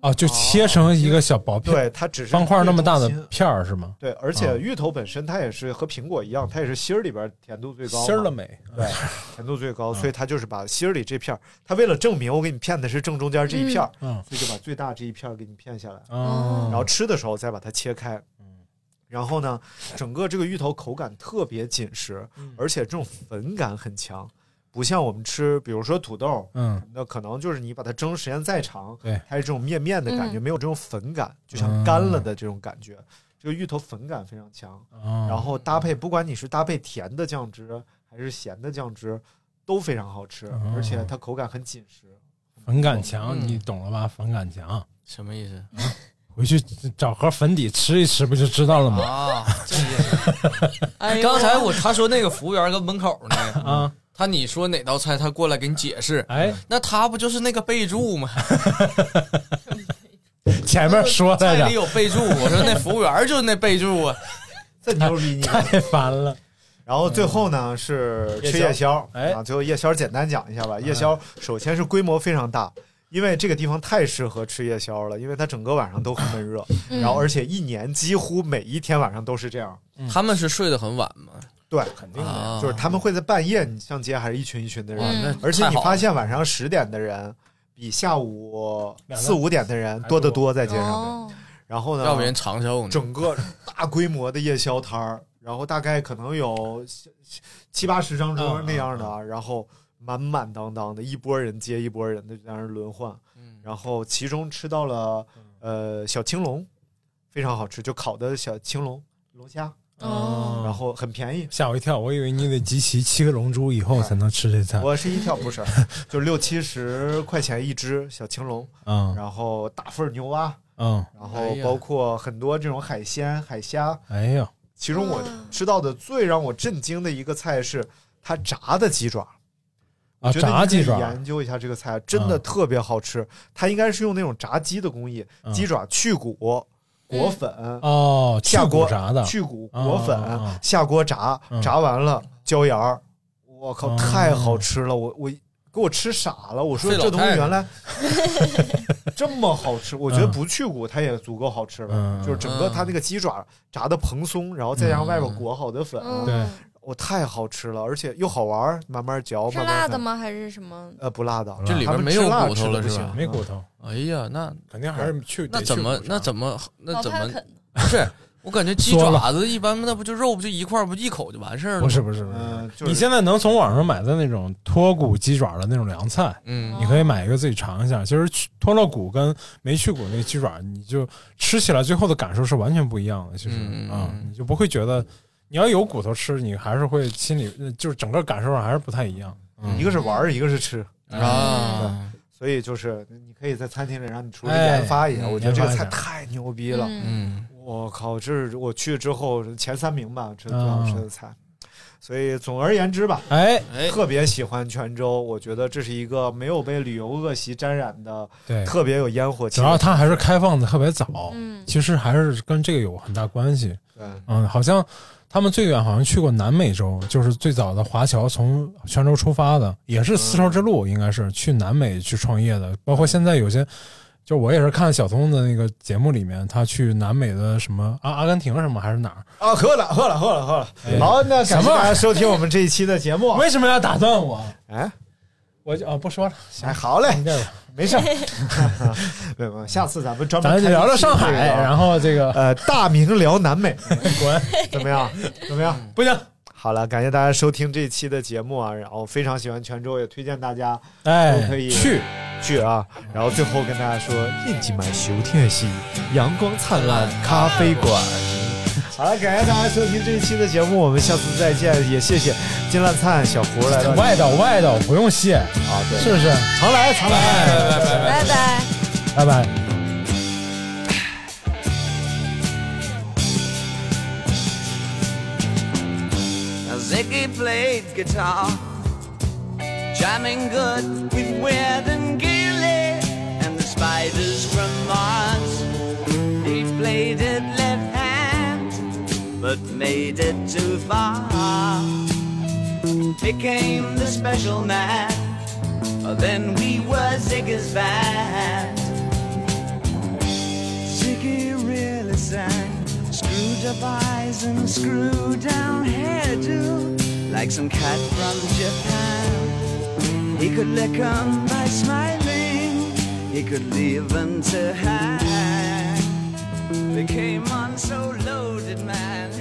S5: 啊，就切成一个小薄片
S4: 哦对，它只是
S5: 方块儿那么大的嗯
S4: 最中心。
S5: 片儿是吗？
S4: 对，而且芋头本身它也是和苹果一样，它也是芯儿里边甜度最高嘛，
S5: 心儿了美，
S4: 对，甜度最高，
S5: 嗯
S4: 所以它就是把芯儿里这片儿，它为了证明我给你骗的是正中间这一片儿，
S5: 嗯
S4: 所以就把最大这一片儿给你骗下来，
S5: 啊
S4: 然后吃的时候再把它切开
S5: 嗯。
S4: 然后呢，整个这个芋头口感特别紧实，
S5: 嗯
S4: 而且这种粉感很强，不像我们吃，比如说土豆，
S5: 嗯
S4: 那可能就是你把它蒸时间再长，
S5: 对嗯
S4: 它是这种面面的感觉，
S7: 嗯
S4: 没有这种粉感，就像干了的这种感觉。这个芋头粉感非常强，
S5: 然
S4: 然后搭配，不管你是搭配甜的酱汁还是咸的酱汁，都非常好吃，
S5: 哦
S4: 而且它口感很紧实。
S5: 粉感强，
S6: 嗯
S5: 你懂了吧？粉感强，
S6: 什么意思
S5: 回去找盒粉底吃一吃，不就知道了吗？
S6: 啊？这意思。
S7: 哎呦
S6: 刚才我他说那个服务员跟门口呢，
S4: 嗯
S5: 啊，
S6: 他你说哪道菜，他过来给你解 释，
S5: 哎，
S6: 那他不就是那个备注吗？
S5: 前面说来
S6: 菜里
S5: 着，
S6: 有备注，我说那服务员就是那备注啊。
S4: 这 牛逼你！
S5: 太烦了。
S4: 然后最后呢是吃夜
S5: 夜
S4: 宵，
S5: 嗯哎嗯
S4: 啊，最后夜宵简单讲一下吧。夜宵首先是规模非常大，因为这个地方太适合吃夜宵了，因为它整个晚上都很闷热，
S7: 嗯
S4: 然后而且一年几乎每一天晚上都是这样。
S5: 嗯
S6: 他们是睡得很晚吗？
S4: 对，肯定
S6: 啊
S4: 就是他们会在半夜，你上街还是一群一群的人，
S7: 嗯
S6: 那
S4: 而且
S6: 太
S4: 你
S6: 好
S4: 发
S6: 了
S4: 现晚上十点的人比下午
S5: 两个
S4: 四五点的人多得多，在街上面。
S7: 哦，
S4: 然后呢，
S6: 要不人长寿呢。
S4: 整个大规模的夜宵摊儿，然后大概可能有七七八十张桌
S5: 嗯嗯
S4: 那样的，然后满满当当的，一波人接一波人的就在那儿轮换。
S6: 嗯
S4: 然后其中吃到了呃小青龙，非常好吃，就烤的小青龙龙虾，
S7: 哦
S4: 然后很便宜。
S5: 吓我一跳，我以为你得集齐七个龙珠以后才能吃这菜
S4: 我是一跳不 是，就六七十块钱一只小青龙，
S5: 嗯
S4: 然后大份儿牛蛙，
S5: 嗯，
S4: 然
S6: 哎
S4: 后
S6: 呀
S4: 包括很多这种海鲜、海虾。
S5: 哎呀，
S4: 其中我吃到的最让我震惊的一个菜是它炸的鸡爪，
S5: 啊，
S4: 觉得你
S5: 炸鸡
S4: 可以
S5: 爪，
S4: 研究一下这个菜，真的特别好吃。它应该是用那种炸鸡的工艺，
S5: 嗯
S4: 鸡爪去骨、裹粉、
S5: 哦，去
S4: 下
S5: 骨
S4: 锅
S5: 炸的，
S4: 去骨、
S5: 嗯啊
S4: 裹
S5: 啊啊
S4: 粉，下锅炸
S5: 嗯，
S4: 炸完了椒盐儿，我
S5: 哦
S4: 靠，太好吃了！我我给我吃傻了，我说
S6: 费老
S4: 这东西
S6: 太太
S4: 原来这么好吃，我觉得
S5: 嗯
S4: 不去骨它也足够好吃了。
S5: 嗯，
S4: 就是整个它那个鸡爪炸的蓬松，然后再加上外边
S6: 嗯
S4: 裹好的粉，
S7: 嗯
S5: 对
S4: 我太好吃了，而且又好玩儿，慢慢嚼，
S7: 是
S4: 慢慢
S7: 辣的
S4: 看？
S7: 吗？还是什么？
S4: 呃，不辣的，
S5: 这里
S6: 边
S4: 他们
S6: 没有
S4: 吃辣
S6: 骨
S4: 吃
S6: 头
S4: 的
S6: 了
S4: 不
S6: 是
S4: 行
S6: 吧
S5: 没骨头，
S6: 哎呀，那
S5: 肯定还是去
S6: 那怎么那
S5: 么
S6: 怎么那
S7: 老
S6: 怎
S7: 太
S6: 么
S7: 啃
S4: 嗯
S6: 不是？我感觉鸡
S5: 说
S6: 爪子一般，那不就肉不就一块儿不一口就完事儿了
S5: 不
S6: 吗？
S5: 是不是不是？
S4: 嗯，就是
S5: 你现在能从网上买到那种脱骨鸡爪的那种凉菜，
S6: 嗯
S5: 你可以买一个自己尝一下。其实去脱了骨跟没去骨那个鸡爪，你就吃起来最后的感受是完全不一样的。其实
S6: 嗯
S5: 啊、
S6: 嗯
S5: 你就不会觉得你要有骨头吃，你还是会心里呃就是整个感受上还是不太一样。嗯
S4: 一个是玩儿，一个是吃，
S6: 啊，
S4: 所以就是你可以在餐厅里让你厨师
S5: 哎
S4: 研发一下，
S6: 嗯
S4: 我觉得这个
S5: 研发
S4: 菜
S5: 一下
S4: 太牛逼了。
S7: 嗯
S6: 嗯，
S5: 嗯
S4: 我靠，这是我去之后前三名吧，这最好吃的菜。所以总而言之吧，
S5: 哎，
S6: 哎，
S4: 特别喜欢泉州，我觉得这是一个没有被旅游恶习沾染的，
S5: 对，
S4: 特别有烟火气
S5: 主。要它还是开放的特别早，
S7: 嗯，
S5: 其实还是跟这个有很大关系。
S4: 对，
S5: 嗯，好像他们最远好像去过南美洲，就是最早的华侨从泉州出发的，也是丝绸之路，应该是去南美去创业的。包括
S4: 嗯
S5: 现在有些，就我也是看小松的那个节目里面，他去南美的什么阿阿根廷什么还是哪儿？
S4: 啊，喝了，喝了，喝了，喝了。
S5: 哎
S4: 好，那
S5: 什
S4: 感谢
S5: 么玩
S4: 大
S5: 意儿
S4: 家收听我们这一期的节目。啊
S5: 为什么要打断我？
S4: 哎，
S5: 我就啊不说了，行
S4: 哎，，好嘞，
S5: 你这吧
S4: 没 事儿。对吧？下次咱们专门
S5: 咱就
S4: 开一
S5: 聊聊
S4: 期
S5: 上
S4: 这
S5: 海，
S4: 个啊
S5: 然后这个
S4: 呃，大明聊南美，
S5: 滚，
S4: 怎么样？怎么样？
S5: 不行，
S4: 好了，感谢大家收听这一期的节目啊，然后非常喜欢泉州，也推荐大家
S5: 哎，
S4: 可以
S5: 去。
S4: 去啊。然后最后跟大家说，恁即卖收听的是阳光灿烂咖啡馆。好了，感谢大家收听这一期的节目，我们下次再见。也谢谢金烂灿、小胡来到
S5: 外头外头不用谢，
S4: 啊，对，
S5: 是不是？
S4: 常来常来。
S7: 拜拜。
S5: 拜拜。
S1: Now Ziggy played guitar, jamming good with Weird and Gilly and the spiders from Mars. He played it left hand, but made it too far. Became the special man, then we were Ziggy's band. Ziggy really sang, screwed up eyes and screw down hairdo, like some cat from Japan. He could lick 'em by smiling, he could leave 'em to hang. They came on so loaded, man.